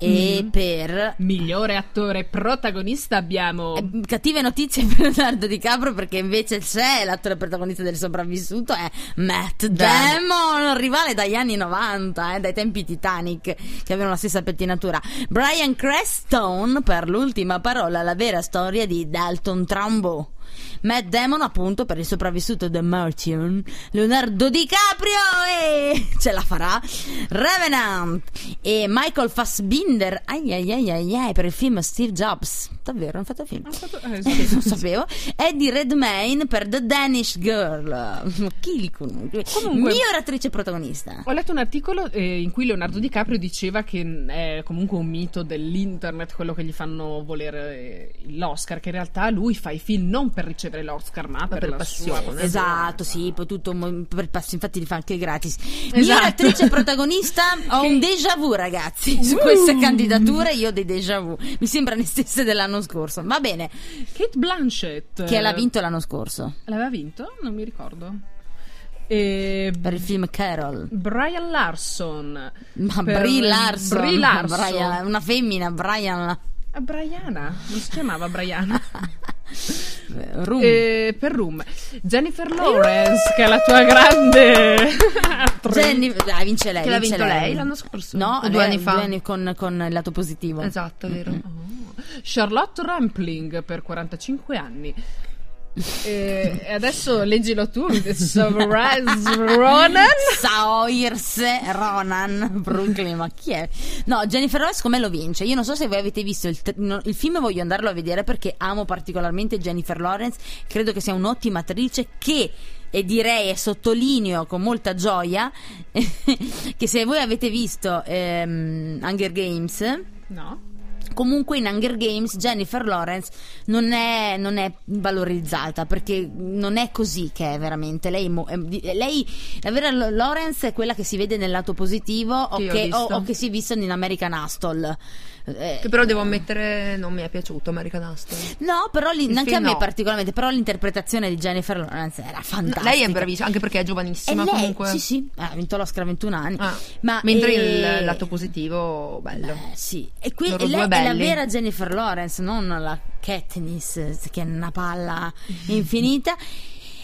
S1: Mm.
S2: E per
S1: Migliore attore protagonista abbiamo.
S2: Eh, Cattive notizie per Leonardo DiCaprio perché invece c'è l'attore protagonista del sopravvissuto è Matt Damon, rivale dagli anni 90, eh, dai tempi Titanic che avevano la stessa pettinatura. Brian Creston per l'ultima parola, la vera storia di Dalton Trumbo. Matt Damon appunto per il sopravvissuto The Martian Leonardo DiCaprio e ce la farà Revenant e Michael Fassbinder ai ai ai ai ai, per il film Steve Jobs davvero hanno fatto il film
S1: Eh,
S2: eh,
S1: sì.
S2: non sapevo Eddie Redmayne per The Danish Girl Ma chi li conosce
S1: Comunque-
S2: miglior attrice protagonista
S1: Ho letto un articolo eh, in cui Leonardo DiCaprio diceva che mh, è comunque un mito dell'internet quello che gli fanno volere eh, l'Oscar, che in realtà lui fa i film non per ricevere l'Oscar, ma per,
S3: per
S1: la
S3: passione.
S1: sua
S2: Esatto, sì, poi tutto mo- per passo, infatti li fa anche gratis. Miglior
S1: Esatto.
S2: attrice protagonista, ho
S1: Che-
S2: un déjà vu ragazzi, su
S1: Uh.
S2: queste candidature io ho dei déjà vu, mi sembra le stesse dell'anno scorso, va bene,
S1: Kate Blanchett eh,
S2: che l'ha vinto l'anno scorso
S1: L'aveva vinto? Non mi ricordo. E
S2: per il film Carol.
S1: Brian Larson.
S2: Ma
S1: Per-
S2: Brie Larson,
S1: Brie Larson.
S2: Brian- una femmina, Brian
S1: Ah, Briana, non si chiamava Briana.
S2: Rum.
S1: Eh, per Room. Jennifer Lawrence, che è la tua grande attrice.
S2: Jenny, dai, vince lei.
S3: Che l'ha
S2: vince
S3: vinto lei l'anno scorso?
S2: No,
S3: O
S2: lei-
S3: due anni fa?
S2: con, con il lato positivo.
S3: Esatto, è vero.
S1: Oh. Charlotte Rampling per 45 anni. Eh, e adesso leggilo tu, Sovereign Ronan.
S2: Saoirse Ronan Brooklyn ma chi è? No Jennifer Lawrence come lo vince? Io non so se voi avete visto il, tr- no, il film voglio andarlo a vedere perché amo particolarmente Jennifer Lawrence credo che sia un'ottima attrice che e direi e sottolineo con molta gioia che se voi avete visto ehm, Hunger Games
S1: No.
S2: Comunque in Hunger Games Jennifer Lawrence non è, non è valorizzata perché non è così che è veramente. Lei, mo- è- lei- la vera Lo- Lawrence è quella che si vede nel lato positivo o
S3: Sì, ho
S2: che, o-
S3: visto.
S2: o che si è vista in American Hustle. Eh,
S3: Che però devo ammettere non mi è piaciuto American Hustle.
S2: No, però lì-
S3: Il
S2: anche
S3: film
S2: a me
S3: no.
S2: particolarmente, però l'interpretazione di Jennifer Lawrence era fantastica.
S3: Lei è bravissima, anche perché è
S2: E
S3: giovanissima
S2: Eh, lei,
S3: comunque.
S2: sì, sì, ha vinto l'Oscar a 21 anni.
S3: Ah.
S2: Ma,
S3: Mentre
S2: eh,
S3: il lato positivo, bello.
S2: Eh, sì, e qui
S3: Loro
S2: e lei
S3: due
S2: è la
S3: belli.
S2: vera Jennifer Lawrence, non la Katniss eh, che è una palla infinita.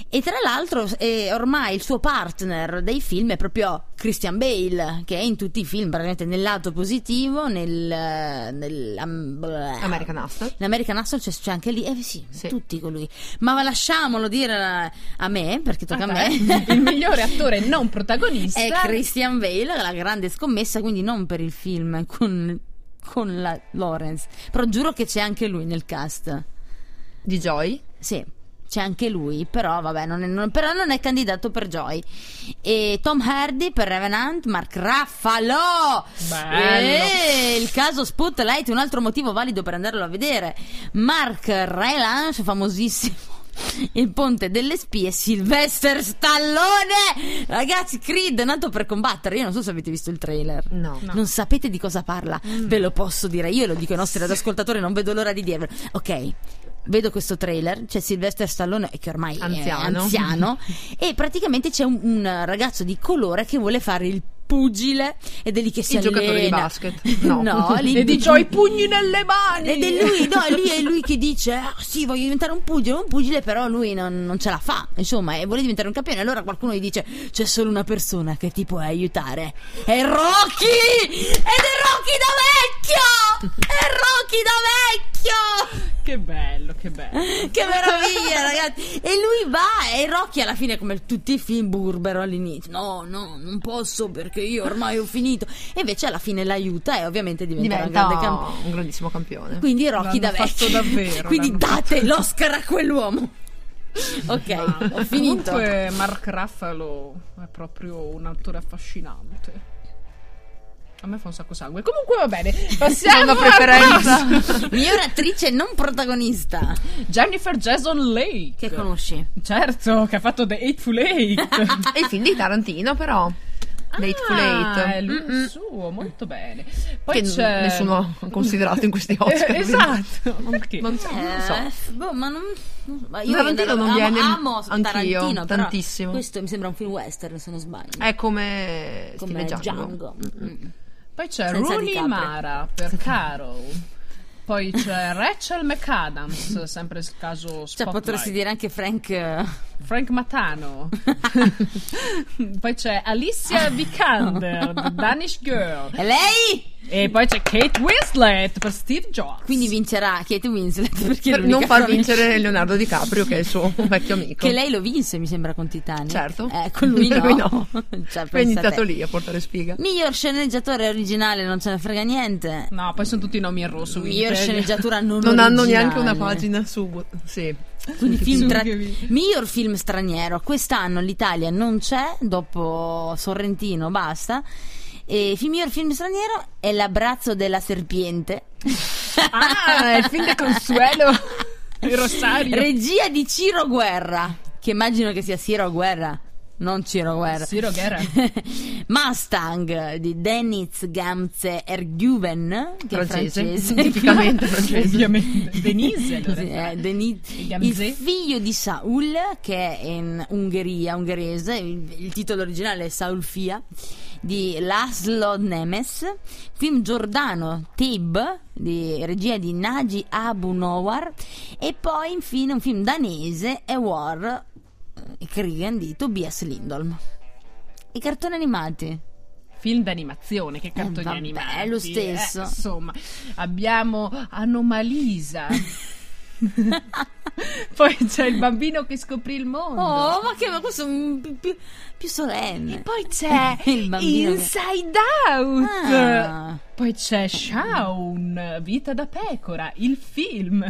S2: E tra l'altro eh, ormai il suo partner dei film è proprio Christian Bale, che è in tutti i film, praticamente nel lato positivo, nel... eh, nel am- bleh.
S3: American Hustle.
S2: In American Hustle c'è, c'è anche lì, eh sì,
S3: Sì.
S2: tutti colui. Ma lasciamolo dire a, a me, perché tocca a me.
S1: Ah, Il migliore attore non protagonista
S2: È Christian Bale, la grande scommessa, quindi non per il film con, con la Lawrence. Però giuro che c'è anche lui nel cast.
S3: Di Joy.
S2: Sì, c'è anche lui, però vabbè, non è, non- però non è candidato per Joy. E Tom Hardy per Revenant, Mark Raffalo.
S1: Bello.
S2: E il caso Spotlight, un altro motivo valido per andarlo a vedere. Mark Rylance, famosissimo. Il ponte delle spie, Sylvester Stallone. Ragazzi, Creed è nato per combattere. Io non so se avete visto il trailer.
S3: No. Mm.
S1: No.
S2: Non sapete di cosa parla, ve lo posso dire. Io lo dico ai nostri ascoltatori, non vedo l'ora di dirvelo. Ok. Vedo questo trailer, c'è Sylvester Stallone che ormai è
S3: Anziano.
S2: anziano e praticamente c'è un, un ragazzo di colore che vuole fare il pugile ed è lì che si
S3: Il
S2: allena.
S3: giocatore di basket. No.
S2: lì-
S1: E di Joy pugni nelle mani.
S2: ed è lui, no, lì è lui che dice: "Ah, Sì, voglio diventare un pugile, un pugile, però lui non, non ce la fa. Insomma, e vuole diventare un campione. Allora qualcuno gli dice: C'è solo una persona che ti può aiutare. È Rocky! Ed è Rocky da vecchio! È Rocky da vecchio!
S1: Che bello, che bello.
S2: Che meraviglia, ragazzi! E lui va e Rocky alla fine, come tutti i film, burbero all'inizio. No, no, non posso perché io ormai ho finito. E invece alla fine l'aiuta e ovviamente diventa,
S3: Diventa
S2: un grande campione.
S3: un grandissimo campione.
S2: Quindi Rocky da
S1: L'hanno
S2: vecchio.
S1: fatto davvero,
S2: Quindi
S1: l'hanno
S2: date l'Oscar a quell'uomo. Ok, ho finito.
S1: Comunque Mark Raffalo è proprio un attore affascinante. A me fa un sacco sangue. Comunque va bene. Passiamo
S3: Seconda
S1: alla
S3: preferenza.
S1: prossima.
S2: Miglior attrice non protagonista. Eh,
S1: Jennifer Jason Leigh.
S2: Che conosci?
S1: Certo, che ha fatto The Eightful Eight.
S3: E il film di Tarantino, però. Dateful Eight.
S1: Ah, è lui
S3: Mm-mm.
S1: il suo, molto bene.
S3: Che
S1: Poi
S3: n-
S1: c'è
S3: nessuno ha considerato in questi Oscar.
S1: Eh, esatto. Perché?
S3: Non so, non so.
S2: Eh, boh, ma non. non- ma
S3: Tarantino non
S2: amo,
S3: viene
S2: amo
S3: anch'io,
S2: Tarantino, però
S3: tantissimo. Eh,
S2: Questo mi sembra un film western, se non sbaglio.
S3: È come,
S2: come
S3: Stile Django.
S2: Django. Mm.
S1: Poi c'è
S2: Senza
S1: Rooney
S2: DiCaprio.
S1: Mara per Carol. Poi c'è Rachel McAdams, sempre il caso
S2: Cioè,
S1: Spotlight.
S2: potresti dire anche Frank. eh,
S1: Frank Matano. poi c'è Alicia Vikander, The Danish Girl.
S2: E lei?
S1: E poi c'è Kate Winslet per Steve Jobs.
S2: Quindi vincerà Kate Winslet. Perché è
S3: Per
S2: l'unica
S3: non far
S2: conosci-
S3: vincere Leonardo DiCaprio, che è il suo vecchio amico.
S2: Che lei lo vinse, mi sembra, con Titanic.
S3: Certo.
S2: Eh, con lui no.
S3: Lui no.
S2: Cioè,
S3: Poi è
S2: pensa te.
S3: iniziato lì a portare spiga.
S2: Miglior sceneggiatore originale, non ce ne frega niente.
S1: No, poi sono tutti nomi in rosso. quindi
S2: Miglior
S1: te-
S2: sceneggiatura non
S3: Non hanno
S2: originale.
S3: neanche una pagina su. Sì.
S2: Quindi film
S1: Sì,
S2: tra-
S1: che vi-
S2: miglior film straniero. Quest'anno l'Italia non c'è, dopo Sorrentino basta. E fi- miglior film straniero è L'abbraccio della serpiente.
S1: Ah, è il film di Consuelo. Il Rosario.
S2: Regia di Ciro Guerra, che immagino che sia Ciro Guerra, non Ciro Guerra.
S1: Ciro Guerra.
S2: Mustang di Dennis Gamze Erguven, che
S3: Francese,
S2: è francese.
S3: tipicamente francese.
S1: Ovviamente. Denise. allora.
S2: Sì, eh, Denis- il
S1: Gamze.
S2: figlio di Saul che è in Ungheria, ungherese, il, il titolo originale è Saul Fia di Laszlo Nemes, film giordano Tib di regia di Naji Abu Nowar e poi infine un film danese E War eh, Kriegen di Tobias Lindholm. I cartoni animati.
S1: Film d'animazione, che cartoni
S2: vabbè,
S1: animati.
S2: è lo stesso.
S1: eh, insomma, abbiamo Anomalisa. Poi c'è il bambino che scoprì il mondo.
S2: Oh, ma che ma questo è un pi- più, più solenne.
S1: Poi c'è
S2: Il bambino che-
S1: Inside Out.
S2: Ah.
S1: Poi c'è Shaun, Vita da pecora, il film.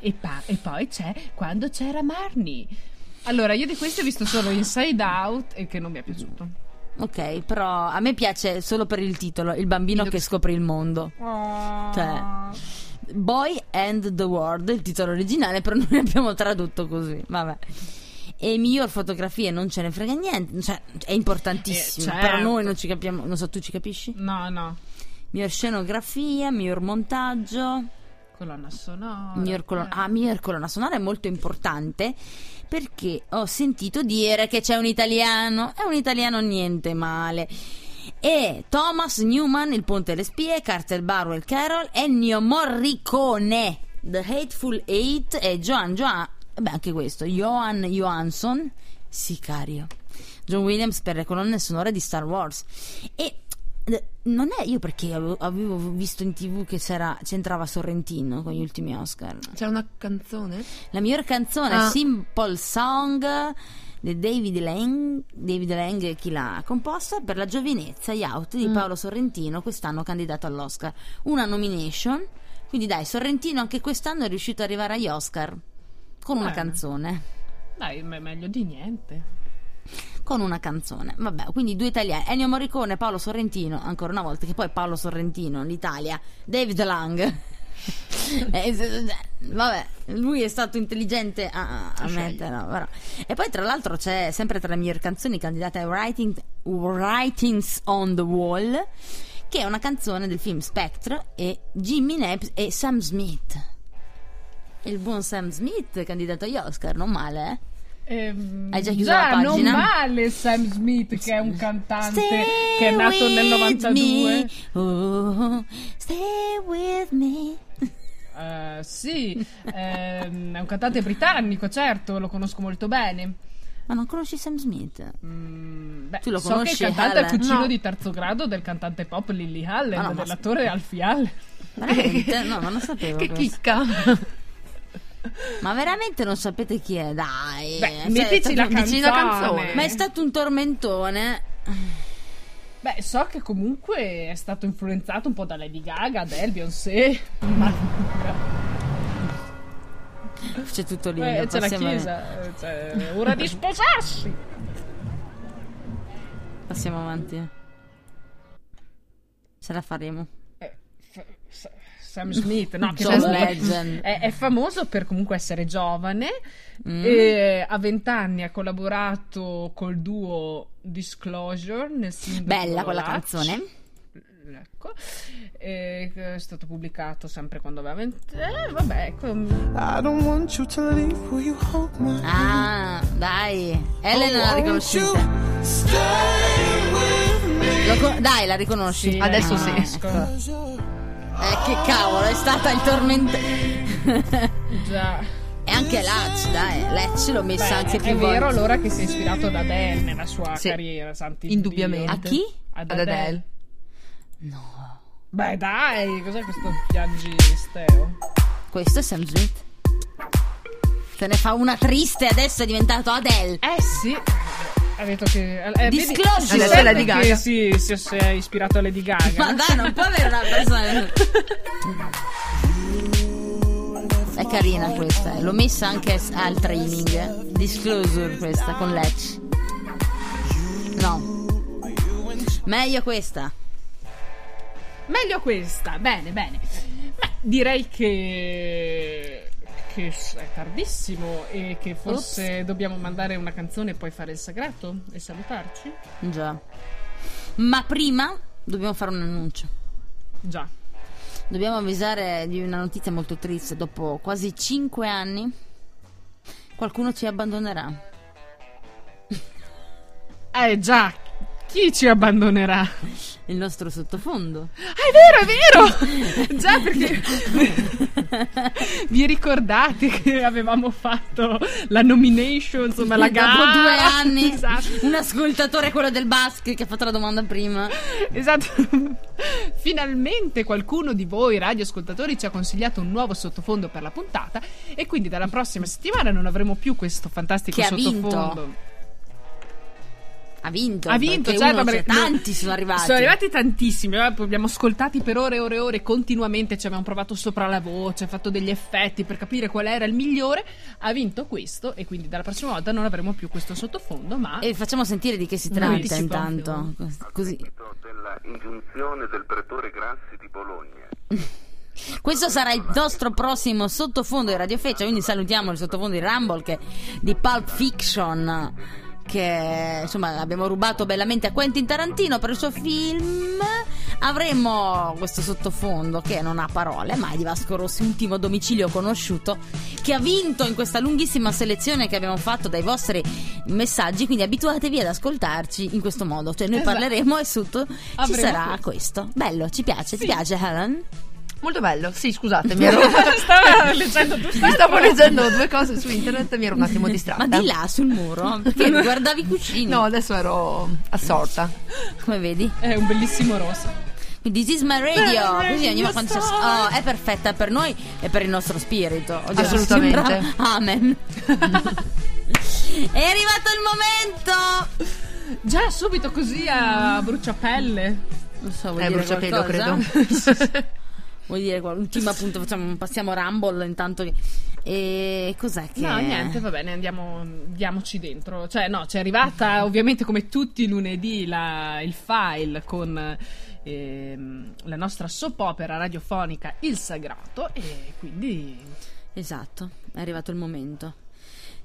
S1: e, pa- e poi c'è Quando c'era Marnie. Allora, io di questi ho visto solo Inside Out e che non mi è piaciuto.
S2: Ok, però a me piace solo per il titolo, Il bambino che scoprì il mondo. Cioè, Boy and the World, il titolo originale, però noi abbiamo tradotto così, vabbè. E miglior fotografie non ce ne frega niente, cioè è importantissimo,
S1: Eh, certo.
S2: però noi non ci capiamo, non so tu ci capisci?
S1: No, no.
S2: Miglior scenografia, miglior montaggio,
S1: Colonna sonora.
S2: miglior colonna,
S1: Eh.
S2: ah, miglior colonna sonora è molto importante perché ho sentito dire che c'è un italiano, è un italiano niente male. E Thomas Newman, Il Ponte delle Spie, Carter Barwell Carroll, Ennio Morricone, The Hateful Eight e Joan Joan, beh anche questo, Johan Johansson, Sicario. John Williams per le colonne sonore di Star Wars. E eh, non è io perché avevo, avevo visto in tv che c'era, c'entrava Sorrentino con gli ultimi Oscar.
S3: C'è una canzone?
S2: La miglior canzone,
S3: Ah.
S2: Simple Song di David Lang, David Lang è chi l'ha composta per la giovinezza gli out di Paolo Sorrentino, quest'anno candidato all'Oscar. Una nomination, quindi dai, Sorrentino anche quest'anno è riuscito ad arrivare agli Oscar con una
S1: Bene.
S2: canzone.
S1: Dai, ma è meglio di niente.
S2: Con una canzone, vabbè, quindi due italiani, Ennio Morricone e Paolo Sorrentino, ancora una volta, che poi Paolo Sorrentino, l'Italia, David Lang. Eh, se- Vabbè, lui è stato intelligente a, a metterlo, però. E poi, tra l'altro, c'è sempre tra le migliori canzoni candidata a Writing, Writings on the Wall, che è una canzone del film Spectre e Jimmy Naps e Sam Smith. Il buon Sam Smith, candidato agli Oscar, non male, eh?
S1: Ehm,
S2: Hai già chiuso
S1: già,
S2: la pagina?
S1: non male Sam Smith che è un cantante
S2: Stay
S1: che è nato nel
S2: with
S1: 92.
S2: me. Oh, stay with me.
S1: Eh, sì, ehm, è un cantante britannico, certo, lo conosco molto bene.
S2: Ma non conosci Sam Smith?
S1: Mm, beh,
S2: Tu lo
S1: so
S2: conosci,
S1: che il cantante è il
S2: Allen?
S1: cugino
S3: No.
S1: di terzo grado del cantante pop Lily Allen,
S2: Ah, no, ma-
S1: dell'attore Alfie Allen.
S2: Veramente? No, ma non sapevo.
S3: Che
S2: questo.
S3: chicca!
S2: Ma veramente non sapete chi è? Dai.
S1: Beh,
S2: Cioè,
S1: mettici
S2: è
S1: la
S2: stato-
S1: canzone.
S3: dici la canzone.
S2: Ma è stato un tormentone.
S1: Beh, so che comunque è stato influenzato un po' da Lady Gaga, Adele, Beyoncé, ma
S2: C'è tutto lì.
S1: eh,
S2: non
S1: c'è la
S2: possiamo-
S1: chiesa, eh, cioè, è ora di sposarsi.
S2: Passiamo avanti. Ce la faremo.
S1: Eh, f- s- Sam Smith, no, che
S2: John
S1: comunque
S2: Legend.
S1: È, è famoso per comunque essere giovane.
S2: Mm.
S1: E a vent'anni ha collaborato col duo Disclosure nel singolo
S2: Bella quella
S1: Latch.
S2: canzone.
S1: Ecco, E, che è stato pubblicato sempre quando aveva 20. Eh, vabbè, ecco.
S5: I don't want you to leave. Will you hold my
S2: Ah, dai.
S1: Oh,
S2: Ellen l'ha
S5: hand? Won't you
S2: riconosciuta.
S5: stay with me?
S2: Lo co- dai, la riconosci. Ah,
S1: Sì, Ecco,
S3: adesso
S1: la
S3: sì.
S1: conosco.
S2: Eh, che cavolo, è stata il tormento. e
S1: Già.
S2: anche Latch, dai. Latch l'ho messa
S1: Beh,
S2: anche
S1: è
S2: più volte.
S1: vero allora che si è ispirato ad Adele nella sua
S3: Sì,
S1: carriera, santi
S3: indubbiamente.
S2: A
S1: Dio.
S2: chi?
S1: Ad
S3: Ad
S1: Adele.
S3: Adele.
S1: Beh dai, cos'è questo piangisteo?
S2: Questo è Sam Smith. Se ne fa una triste, adesso è diventato Adele.
S1: Eh sì, ha detto che... eh, vedi-
S2: Disclosure.
S1: si
S3: Adesso è
S1: sente
S3: Lady Gaga.
S1: Che si, si- si è ispirato a Lady Gaga.
S2: Ma dai, non può avere una persona. È carina questa, eh. l'ho messa anche s- al training. eh. Disclosure questa con Latch. No. Meglio questa.
S1: Meglio questa, bene, bene. Beh, direi che... che è tardissimo e che forse dobbiamo mandare una canzone e poi fare il sagrato e salutarci?
S2: Già. Ma prima dobbiamo fare un annuncio.
S1: Già.
S2: Dobbiamo avvisare di una notizia molto triste. Dopo quasi 5 anni qualcuno ci abbandonerà.
S1: Eh già, chi ci abbandonerà?
S2: Il nostro sottofondo.
S1: Ah, è vero, è vero! Già perché vi ricordate che avevamo fatto la nomination, insomma la gara.
S2: Dopo due anni
S1: Esatto.
S2: un ascoltatore, quello del basket, che ha fatto la domanda prima.
S1: esatto. Finalmente qualcuno di voi radioascoltatori ci ha consigliato un nuovo sottofondo per la puntata e quindi dalla prossima settimana non avremo più questo fantastico
S2: Che ha vinto.
S1: sottofondo.
S2: Ha vinto.
S1: Ha vinto,
S2: perché
S1: già,
S2: uno,
S1: ma-
S2: cioè,
S1: no,
S2: tanti sono arrivati.
S1: Sono arrivati tantissimi, eh, poi abbiamo ascoltati per ore e ore e ore continuamente, ci abbiamo provato sopra la voce, fatto degli effetti per capire qual era il migliore. Ha vinto questo e quindi dalla prossima volta non avremo più questo sottofondo, ma
S2: E facciamo sentire di che si
S1: Un
S2: tratta
S1: anticipo.
S2: intanto. Così.
S6: della ingiunzione del pretore Grassi di Bologna.
S2: Questo sarà il nostro prossimo sottofondo di Radio Feccia, quindi salutiamo il sottofondo di Rumble che, di Pulp Fiction che insomma abbiamo rubato bellamente a Quentin Tarantino per il suo film. Avremo questo sottofondo che non ha parole, ma è di Vasco Rossi, ultimo domicilio conosciuto, che ha vinto in questa lunghissima selezione che abbiamo fatto dai vostri messaggi, quindi abituatevi ad ascoltarci in questo modo, cioè noi
S1: Esatto.
S2: parleremo e sotto ci
S1: Avremo
S2: sarà questo. Bello, ci piace, ti piace Helen?
S3: Molto bello, sì, scusatemi. Ero...
S1: stava leggendo tu
S3: Mi stavo leggendo due cose su internet e mi ero un attimo distratta.
S2: Ma di là sul muro? Perché guardavi cucina?
S3: No, adesso ero assorta.
S2: Come vedi?
S1: È un bellissimo rosso.
S2: This is my radio.
S1: This is
S2: Così ogni
S1: my
S2: volta
S1: song.
S2: oh, è perfetta per noi e per il nostro spirito. Oddio,
S3: Assolutamente.
S2: sembra- Amen. è arrivato il momento.
S1: Già subito così a bruciapelle.
S2: Non so, vuol
S3: Eh,
S2: dire
S3: bruciapelo,
S2: qualcosa?
S3: credo.
S2: Vuol dire qual- l'ultimo appunto facciamo, passiamo Rumble intanto che... E cos'è che...
S1: No, niente, va bene, andiamo, diamoci dentro. Cioè, no, c'è arrivata ovviamente come tutti i lunedì la- il file con ehm, la nostra soap opera radiofonica Il Sagrato e quindi...
S2: Esatto, è arrivato il momento.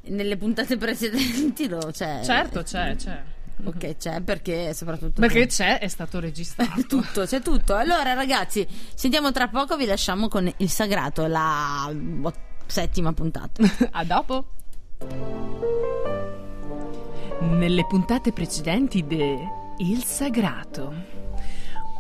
S2: Nelle puntate precedenti lo cioè, c'è.
S1: Certo, c'è, c'è.
S2: Ok, c'è perché soprattutto...
S1: Perché c'è, è stato registrato.
S2: C'è tutto, c'è tutto. Allora, ragazzi, ci sentiamo tra poco. Vi lasciamo con il sagrato, la ot- settima puntata.
S1: A dopo. Nelle puntate precedenti de Il Sagrato,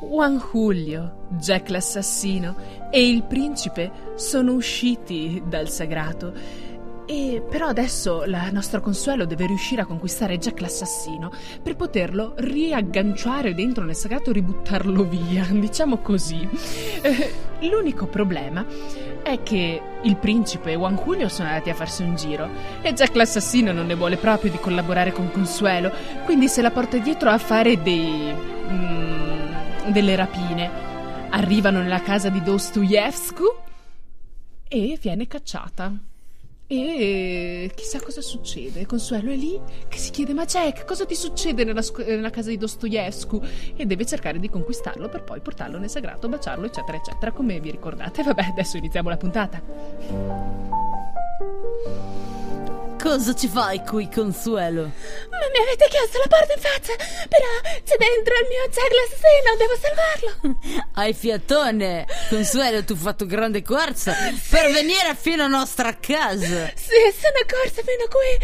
S1: Juan Julio, Jack l'assassino e il principe sono usciti dal sagrato. E però adesso la nostra Consuelo deve riuscire a conquistare Jack l'assassino per poterlo riagganciare dentro nel sagrato e ributtarlo via, diciamo così. Eh, l'unico problema è che il principe e Juan Julio sono andati a farsi un giro e Jack l'assassino non ne vuole proprio di collaborare con Consuelo, quindi se la porta dietro a fare dei... mm, delle rapine. Arrivano nella casa di Dostoevsky e viene cacciata. E chissà cosa succede. Consuelo è lì che si chiede: Ma Jack, cosa ti succede nella, scu- eh, nella casa di Dostoevsky? E deve cercare di conquistarlo per poi portarlo nel sagrato, baciarlo, eccetera, eccetera. Come vi ricordate? Vabbè, adesso iniziamo la puntata.
S2: Cosa ci fai qui, Consuelo?
S7: Ma mi avete chiesto la porta in faccia! Però c'è dentro il mio Jack l'assassino, devo salvarlo!
S2: Hai fiatone! Consuelo, tu hai fatto grande corsa per venire fino a nostra casa!
S7: Sì, sono corsa fino qui!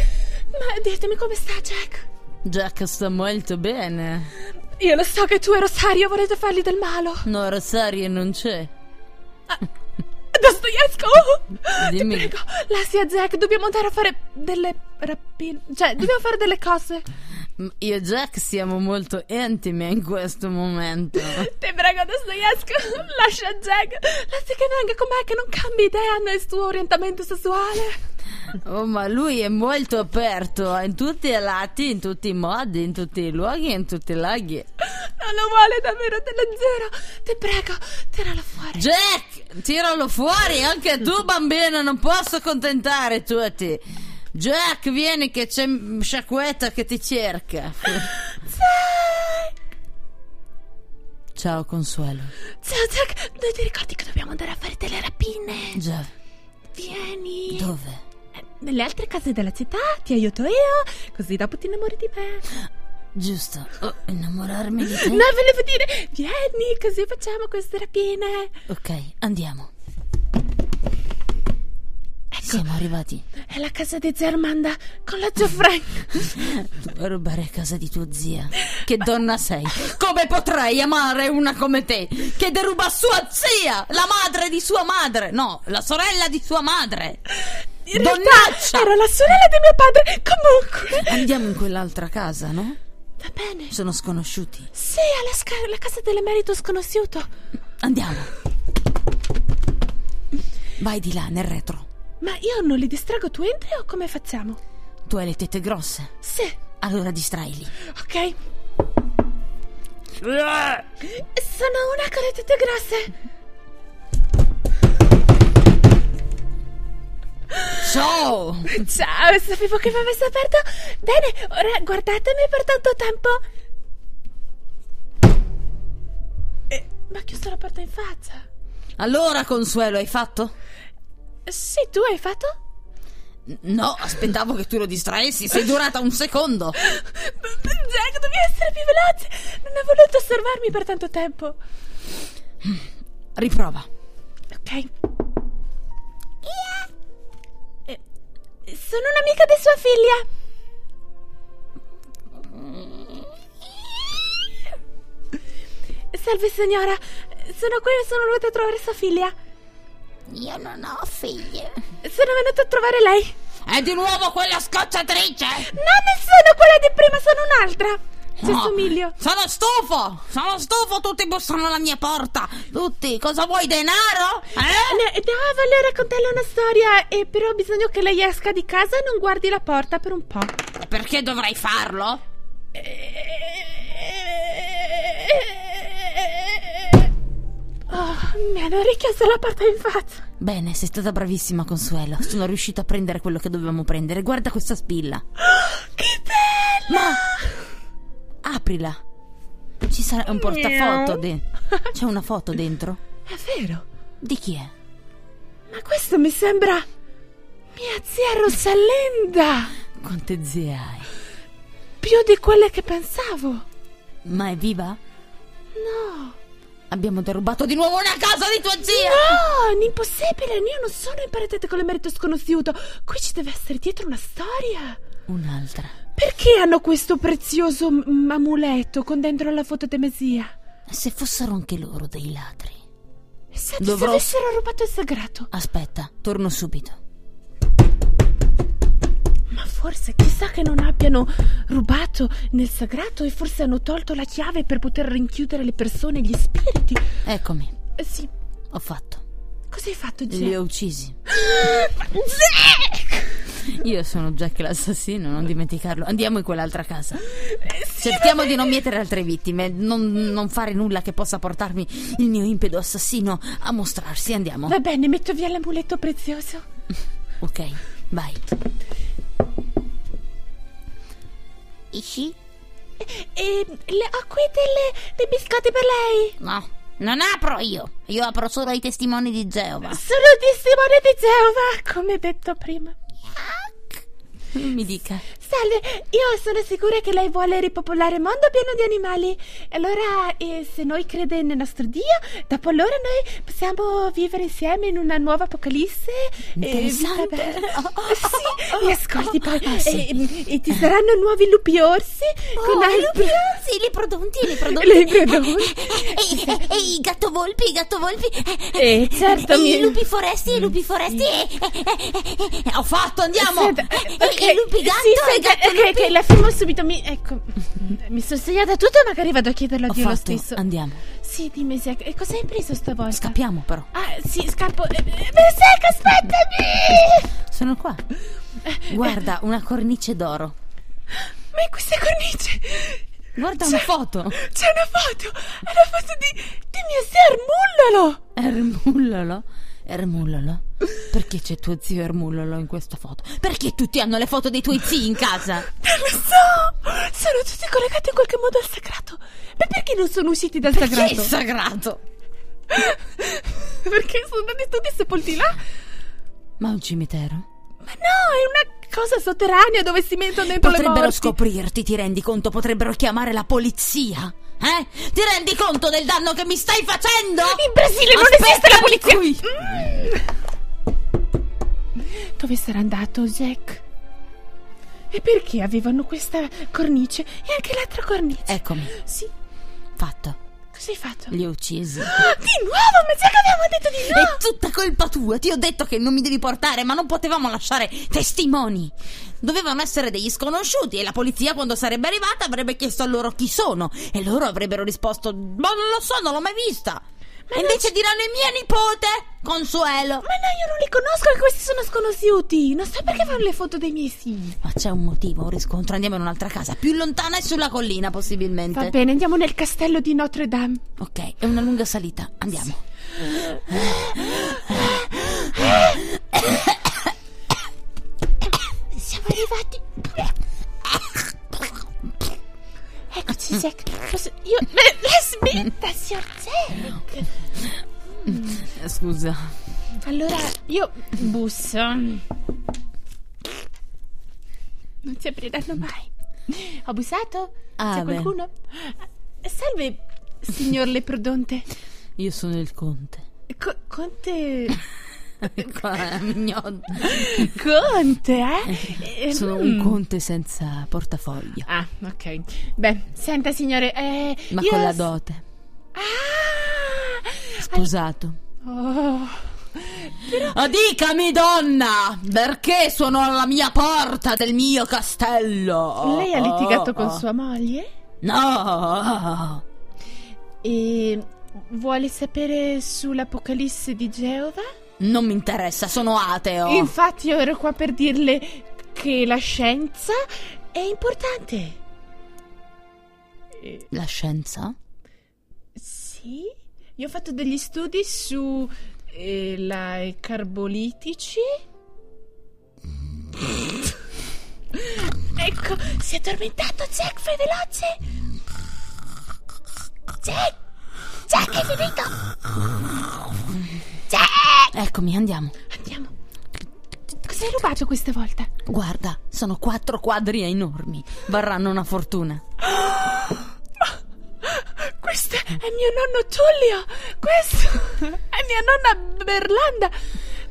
S7: Ma ditemi come sta Jack?
S2: Jack sta molto bene.
S7: Io lo so che tu e Rosario volete fargli del malo!
S2: No, Rosario non c'è.
S7: Dostoevsky! oh!
S2: Dimmi.
S7: Ti prego, lascia Jack, dobbiamo andare a fare delle rapine... Cioè, dobbiamo fare delle cose!
S2: M- Io e Jack siamo molto intime in questo momento.
S7: Ti prego, Dostoevsky, lascia Jack! Lascia che venga con me, che non cambi idea nel suo orientamento sessuale!
S2: Oh, ma lui è molto aperto in tutti i lati, in tutti i modi, in tutti i luoghi, in tutti i laghi.
S7: Non lo vuole davvero, te lo giuro. Ti prego, tiralo fuori.
S2: Jack, tiralo fuori, anche tu bambino, non posso accontentare tutti. Jack, vieni che c'è Sciacquetta che ti cerca. Ciao Consuelo.
S7: Ciao, Jack. Non ti ricordi che dobbiamo andare a fare delle rapine?
S2: Già,
S7: Vieni. Eh,
S2: dove?
S7: Nelle altre case della città ti aiuto io, così dopo ti innamori di me.
S2: Giusto, oh, innamorarmi di te.
S7: No, volevo dire, vieni, così facciamo queste rapine.
S2: Ok, andiamo. Siamo arrivati.
S7: È la casa di zia Armanda con la zia Frank.
S2: a rubare a casa di tua zia. Che donna sei? Come potrei amare una come te? Che deruba sua zia, la madre di sua madre. No, la sorella di sua madre.
S7: In realtà
S2: Donnaccia!
S7: Era la sorella di mio padre, comunque.
S2: Andiamo in quell'altra casa, no?
S7: Va bene.
S2: Sono sconosciuti.
S7: Sì, alla sca- la casa dell'emerito sconosciuto.
S2: Andiamo. Vai di là, nel retro.
S7: Ma io non li distrago, tu entri o come facciamo?
S2: Tu hai le tette grosse.
S7: Sì,
S2: Allora distraili.
S7: ok. Sono una con le tette grosse.
S2: Ciao!
S7: Ciao, sapevo che mi avessi aperto. Bene, ora guardatemi per tanto tempo. Eh, ma ha chiuso la porta in faccia.
S2: Allora, Consuelo, hai fatto?
S7: Sì, tu hai fatto?
S2: No, aspettavo che tu lo distraessi. Sei durata un secondo.
S7: Jack, devi essere più veloce. Non ho voluto osservarmi per tanto tempo.
S2: Riprova.
S7: Ok. Eh, Sono un'amica di sua figlia. Salve signora, sono qui e sono venuta a trovare sua figlia.
S2: Io non ho figlie.
S7: Sono venuta a trovare lei.
S2: È di nuovo quella scocciatrice!
S7: No, non sono quella di prima, sono un'altra. Ci
S2: No.
S7: somiglio.
S2: Sono stufo! Sono stufo! Tutti bussano alla mia porta! Tutti! Cosa vuoi, denaro? Eh?
S7: Ne- No, voglio raccontarle una storia, eh, però ho bisogno che lei esca di casa e non guardi la porta per un po'.
S2: Perché dovrei farlo?
S7: Oh, mi hanno richiuso la porta in faccia.
S2: Bene, sei stata bravissima, Consuelo. Sono riuscita a prendere quello che dovevamo prendere. Guarda questa spilla.
S7: Che bello!
S2: Ma. Aprila! Ci sarà un portafoto dentro. C'è una foto dentro?
S7: È vero,
S2: Di chi è?
S7: ma questo mi sembra mia zia Rosalinda,
S2: Quante zie hai?
S7: più di quelle che pensavo.
S2: Ma è viva?
S7: No,
S2: Abbiamo derubato di nuovo una casa di tua zia!
S7: no, è impossibile, io non sono imparatata con l'emerito sconosciuto. Qui ci deve essere dietro una storia.
S2: Un'altra.
S7: Perché hanno questo prezioso m- amuleto con dentro la foto di Mesia?
S2: Se fossero anche loro dei ladri.
S7: Se
S2: Dovrò-
S7: avessero rubato il sagrato.
S2: Aspetta, torno subito.
S7: Ma forse chissà che non abbiano rubato nel sagrato e forse hanno tolto la chiave per poter rinchiudere le persone e gli spiriti.
S2: Eccomi,
S7: Eh, sì,
S2: ho fatto.
S7: cosa hai fatto,
S2: Li
S7: Jack?
S2: ho uccisi.
S7: Jack!
S2: Io sono Jack l'assassino, non dimenticarlo. Andiamo in quell'altra casa. Eh, Cerchiamo di non mietere altre vittime, non, non fare nulla che possa portarmi il mio impeto assassino a mostrarsi. Andiamo.
S7: Va bene, metto via l'amuleto prezioso.
S2: Ok. Vai.
S8: Ishi?
S7: E le, ho qui delle, dei biscotti per lei.
S8: No, non apro io. Io apro solo ai testimoni di Geova.
S7: Sono testimone di Geova, come detto prima.
S2: Mi dica.
S7: Salve, io sono sicura che lei vuole ripopolare il mondo pieno di animali. Allora, eh, se noi crede nel nostro Dio, dopo allora noi possiamo vivere insieme in una nuova apocalisse. eh, vita
S2: Interessante.
S7: bella. sì, mi ascolti poi. eh,
S2: Ah, sì.
S7: E, e ci saranno nuovi lupi orsi con
S8: Oh, i
S7: altri...
S8: lupi orsi, li prodonti, li prodonti.
S7: Le predoni.
S8: E, e- e i gattovolpi, i gattovolpi.
S7: Eh, certo,
S8: e
S7: mi- Mm.
S8: i lupi foresti, i lupi foresti. eh, eh, eh, eh, eh, Ho fatto, andiamo.
S7: Senta,
S8: Eh,
S7: eh, ok.
S8: E i lupi gatto
S7: Sì,
S8: e i
S7: senta, eh,
S8: gatto
S7: ok, ok, la fermo subito. Mi, ecco, mi sono svegliata tutto, magari vado a chiederlo a
S2: Ho
S7: Dio lo
S2: fatto.
S7: stesso.
S2: Andiamo.
S7: Sì, dimmi, Zack, e cosa hai preso stavolta?
S2: Scappiamo però.
S7: Ah, sì, scappo. Eh, eh, Zack, aspettami!
S2: Sono qua. Guarda, una cornice d'oro.
S7: Ma in queste cornici
S2: Guarda una foto.
S7: c'è una foto! È una foto di, di mio zio Armullolo!
S2: Ermullolo. Ermullolo. Perché c'è tuo zio Ermullolo in questa foto? Perché tutti hanno le foto dei tuoi zii in casa?
S7: Non lo so! Sono tutti collegati in qualche modo al sagrato! Ma perché non sono usciti dal
S2: Perché è
S7: sagrato?
S2: sagrato.
S7: perché sono andati tutti sepolti là?
S2: Ma è un cimitero?
S7: Ma no, è una cosa sotterranea dove si mettono dentro le
S2: Potrebbero
S7: morti.
S2: scoprirti, ti rendi conto? Potrebbero chiamare la polizia? Eh? Ti rendi conto del danno che mi stai facendo?
S7: In Brasile non esiste la polizia. Mm. Dove sarà andato Jack? E perché avevano questa cornice e anche l'altra cornice?
S2: Eccomi,
S7: Sì,
S2: fatto.
S7: cosa hai fatto?
S2: Li ho uccisi.
S7: Ah, di nuovo, ma sai che avevamo detto di no?
S2: È tutta colpa tua. Ti ho detto che non mi devi portare, ma non potevamo lasciare testimoni. Dovevano essere degli sconosciuti e la polizia quando sarebbe arrivata avrebbe chiesto a loro chi sono e loro avrebbero risposto "Ma non lo so, non l'ho mai vista". e invece diranno "È mia nipote, Consuelo".
S7: Ma no, io non li conosco e questi sono sconosciuti. Non so perché fanno le foto dei miei figli.
S2: Ma c'è un motivo, un riscontro. Andiamo in un'altra casa, più lontana e sulla collina possibilmente.
S7: Va bene, andiamo nel castello di Notre Dame.
S2: Ok, è una lunga salita. Andiamo.
S7: Siamo arrivati. Eccoci, Jack. Posso- Io. Beh, la smetta, signor Jack.
S2: Eh, Scusa.
S7: Allora, io busso. Non si apriranno mai. Ho bussato?
S2: Ah,
S7: C'è
S2: beh.
S7: qualcuno? Ah, Salve, signor Leprodonte.
S2: Io sono il conte. Ecco, eh,
S7: Co- conte.
S2: Qua, mignon.
S7: Conte, eh? Eh,
S2: Sono
S7: mm.
S2: un conte senza portafoglio,
S1: Ah, ok.
S7: Beh, senta, signore. Eh,
S2: ma
S7: io
S2: con la
S7: s-
S2: dote.
S7: Ah!
S2: Sposato.
S7: Oh.
S2: Oh, dicami, donna, perché sono alla mia porta del mio castello?
S7: Lei ha litigato
S2: Oh,
S7: con
S2: oh.
S7: sua moglie?
S2: No!
S7: E vuole sapere sull'Apocalisse di Geova?
S2: Non mi interessa, sono ateo.
S7: Infatti io ero qua per dirle che la scienza è importante. Eh,
S2: La scienza?
S7: sì? Io ho fatto degli studi su eh, la- i carbolitici. ecco, si è addormentato Jack, fai veloce! Jack! Jack è finito!
S2: Eccomi, andiamo.
S7: Andiamo. Cosa hai rubato questa volta?
S2: Guarda, sono quattro quadri enormi. Varranno una fortuna.
S7: Questo è mio nonno Tullio. Questo è mia nonna Berlanda.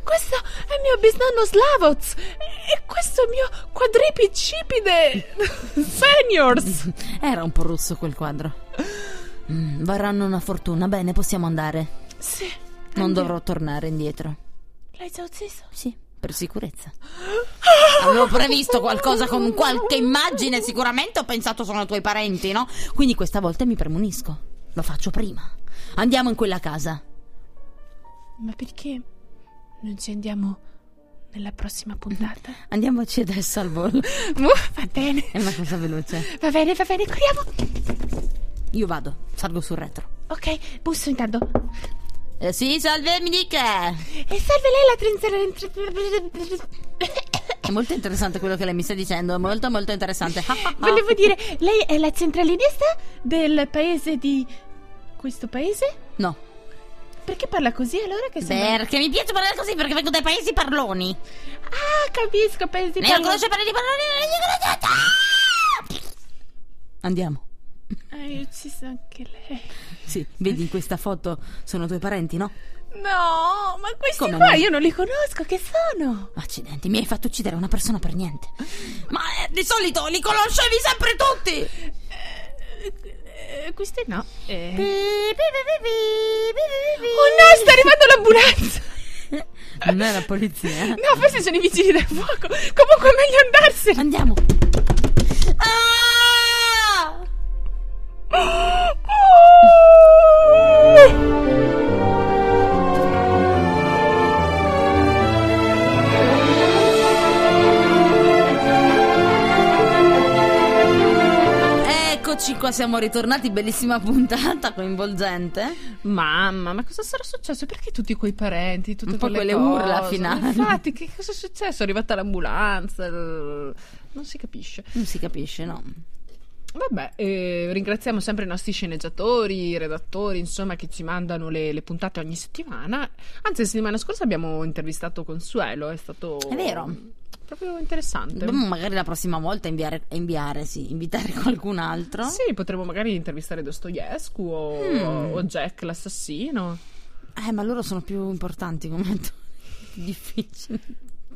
S7: Questo è mio bisnonno Slavoz. E questo è mio quadripicipide seniors.
S2: Era un po' rosso quel quadro. Mm, varranno una fortuna. Bene, possiamo andare.
S7: Sì.
S2: Non dovrò tornare indietro.
S7: L'hai già ucciso?
S2: Sì, per sicurezza. Avevo previsto qualcosa con qualche immagine, sicuramente ho pensato sono tuoi parenti, no? Quindi questa volta mi premunisco. Lo faccio prima. Andiamo in quella casa.
S7: Ma perché non ci andiamo nella prossima puntata?
S2: Andiamoci adesso al volo.
S7: Uh, va bene.
S2: È una cosa veloce.
S7: Va bene, va bene, corriamo.
S2: Io vado, salgo sul retro.
S7: Ok, busso intanto.
S2: Eh, sì, salve, mi dica.
S7: E salve lei la trinzera.
S2: È molto interessante quello che lei mi sta dicendo, è molto molto interessante. Ah, ah, ah.
S7: Volevo dire, lei è la centralinista del paese di... questo paese?
S2: No.
S7: Perché parla così allora che sembra...
S2: Perché mi piace parlare così, perché vengo dai paesi parloni.
S7: Ah, capisco, paese di...
S2: Lei non
S7: parlo-
S2: conosce parlare di parloni? non li conosce? Ah! Andiamo.
S7: Ah, io ci so anche lei.
S2: Sì, vedi in questa foto sono tuoi parenti, no?
S7: No, ma questi
S2: Come
S7: qua
S2: no?
S7: io non li conosco, che sono?
S2: Accidenti, mi hai fatto uccidere una persona per niente. Ma eh, di solito li conoscevi sempre tutti.
S7: Eh, questi no. Eh. Oh no, sta arrivando l'ambulanza!
S2: Non è la polizia. eh.
S7: No, forse sono i vigili del fuoco. Comunque è meglio andarsene.
S2: Andiamo. Ah!
S1: Oh!
S2: Eccoci qua, siamo ritornati, bellissima puntata, coinvolgente.
S1: Mamma, ma cosa sarà successo? Perché tutti quei parenti, tutte
S2: Un po' quelle
S1: quelle,
S2: urla
S1: cose?
S2: finali.
S1: Infatti, che cosa è successo? È arrivata l'ambulanza. l- Non si capisce.
S2: Non si capisce, no?
S1: Vabbè, eh, ringraziamo sempre i nostri sceneggiatori, i redattori, insomma, che ci mandano le, le puntate ogni settimana. Anzi, la settimana scorsa abbiamo intervistato Consuelo, è stato
S2: È vero.
S1: proprio interessante.
S2: Dobbiamo magari la prossima volta inviare, inviare sì, invitare qualcun altro.
S1: Sì, potremmo magari intervistare Dostoevsky o,
S2: Hmm.
S1: o Jack l'assassino.
S2: Eh, ma loro sono più importanti come attori. Difficile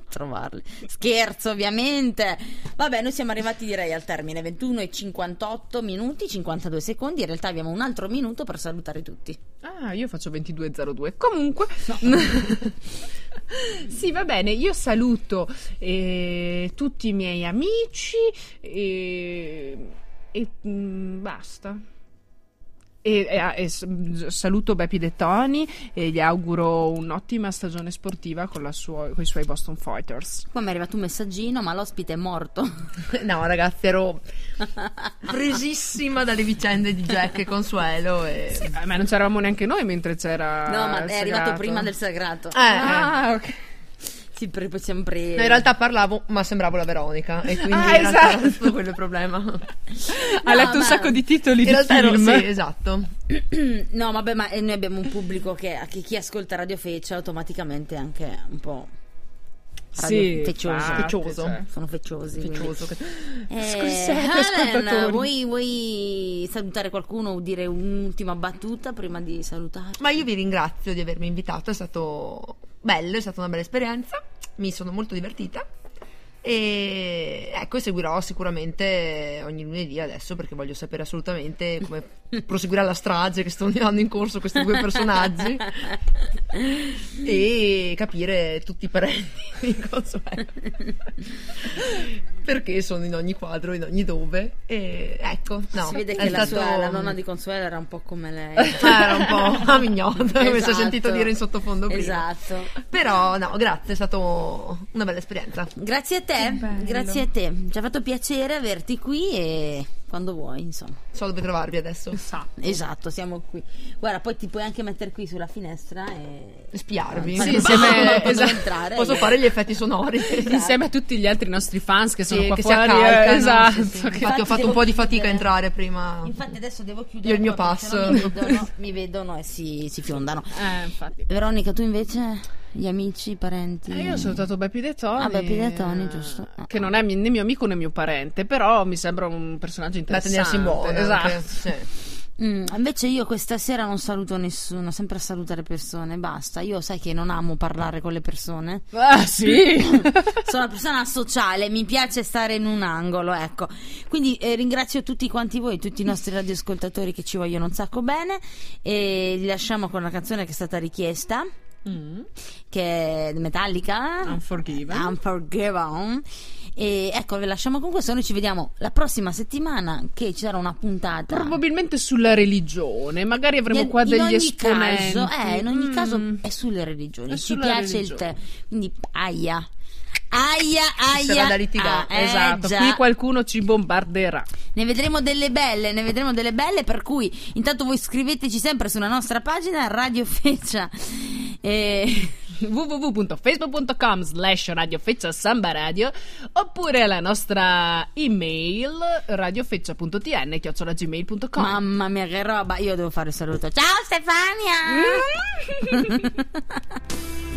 S2: trovarli. Scherzo, ovviamente. Vabbè, noi siamo arrivati direi al termine 21 e 58 minuti 52 secondi. In realtà abbiamo un altro minuto per salutare tutti.
S1: Ah, io faccio 2202. Comunque, sì, va bene. Io saluto eh, tutti i miei amici eh, e mm, basta. E, e- ah, e s- saluto Beppi De Toni e gli auguro un'ottima stagione sportiva con, la sua- con i suoi Boston Fighters.
S2: Qua mi è arrivato un messaggino, ma l'ospite è morto.
S3: No, ragazzi, ero presissima dalle vicende di Jack e Consuelo. E...
S1: Eh, ma non c'eravamo neanche noi mentre c'era.
S2: no, ma
S1: il
S2: è arrivato
S1: Ah, sagrato.
S2: prima del sagrato.
S3: Eh, eh.
S1: Ah, ok.
S2: Sì, perché sempre.
S3: No, in realtà parlavo, ma sembravo la Veronica. E quindi
S1: Ah,
S3: in realtà era
S1: esatto.
S3: tutto quello il problema. In
S1: Ha letto un
S2: ma-
S1: sacco di titoli di
S3: realtà ero,
S1: film.
S3: sì, esatto.
S2: No, vabbè, ma eh, noi abbiamo un pubblico che, che chi ascolta Radio Fece automaticamente è anche un po'. radio fecioso.
S1: infatti,
S3: Fecioso.
S1: cioè.
S2: Sono feciosi. quindi.
S3: Fecioso che-
S2: Eh,
S1: Scusate,
S2: Alan,
S1: ascoltatori.
S2: vuoi, vuoi salutare qualcuno o dire un'ultima battuta prima di salutare?
S3: Ma io vi ringrazio di avermi invitato, è stato bello, è stata una bella esperienza, mi sono molto divertita e ecco, seguirò sicuramente ogni lunedì adesso perché voglio sapere assolutamente come proseguirà la strage che sto andando in corso questi due personaggi e capire tutti i parenti di Consuelo perché sono in ogni quadro, in ogni dove e ecco, no,
S2: si vede
S3: è
S2: che la,
S3: stato-
S2: sua, la nonna di Consuelo era un po' come lei.
S3: Ah, era un po' una mignotta, come si è
S2: Esatto.
S3: sentito dire in sottofondo prima.
S2: Esatto.
S3: Però no, grazie, è stata una bella esperienza.
S2: Grazie a te, grazie a te. Ci ha fatto piacere averti qui e quando vuoi, insomma.
S3: So dove trovarvi adesso.
S2: Esatto, siamo qui. Guarda, poi ti puoi anche mettere qui sulla finestra e
S3: Spiarvi.
S2: Sì,
S1: se me-
S3: Quando
S1: esatto.
S3: devo Posso
S2: eh.
S3: fare gli effetti sonori.
S1: insieme a tutti gli altri nostri fans che sono
S3: Sì,
S1: qua
S3: che si
S1: esatto. fuori
S3: accalcano,
S1: eh, esatto
S3: sì, sì. Infatti,
S2: Infatti
S3: ho fatto un
S2: devo
S3: po' di fatica a
S2: chiudere.
S3: entrare prima.
S2: Infatti adesso devo chiudere
S3: Io il mio
S2: proprio, se
S3: pass.
S2: no Mi vedono, mi vedono e si, si fiondano.
S1: che- eh, infatti
S2: Veronica, tu invece gli amici, i parenti?
S1: Eh, io ho salutato Beppi De Toni
S2: Mm. Ah, Beppi De Toni, giusto.
S1: eh, che non è mi- né mio amico né mio parente però mi sembra un personaggio
S3: Da
S1: interessante
S3: tenersi in buono. anche,
S1: esatto
S3: sì.
S2: Mm, invece io questa sera non saluto nessuno, sempre a salutare persone, basta. Io sai che non amo parlare con le persone.
S1: ah sì
S2: Sono una persona sociale, mi piace stare in un angolo, ecco. Quindi eh, ringrazio tutti quanti voi, tutti i nostri radioascoltatori che ci vogliono un sacco bene e li lasciamo con la canzone che è stata richiesta,
S1: Mm,
S2: che è Metallica,
S1: Unforgiven
S2: Unforgiven. E ecco, vi lasciamo con questo, noi ci vediamo la prossima settimana che ci sarà una puntata.
S1: probabilmente sulla religione magari avremo
S2: Nel-
S1: qua
S2: in
S1: degli
S2: ogni
S1: esponenti
S2: caso, eh, in ogni
S1: Mm.
S2: caso è sulle religioni.
S1: È
S2: Ci
S1: sulla
S2: piace il
S1: religione.
S2: tè. Quindi aia. Aia, aia.
S3: sarà da litigare,
S2: ah, eh,
S1: esatto
S2: già.
S1: qui qualcuno ci bombarderà
S2: Ne vedremo delle belle, ne vedremo delle belle, per cui intanto voi scriveteci sempre sulla nostra pagina Radio Feccia. E
S1: www.facebook.com slash radiofeccia samba radio oppure alla nostra email radiofeccia.tn chiocciolagmail.com
S2: Mamma mia, che roba! Io devo fare il saluto. Ciao Stefania!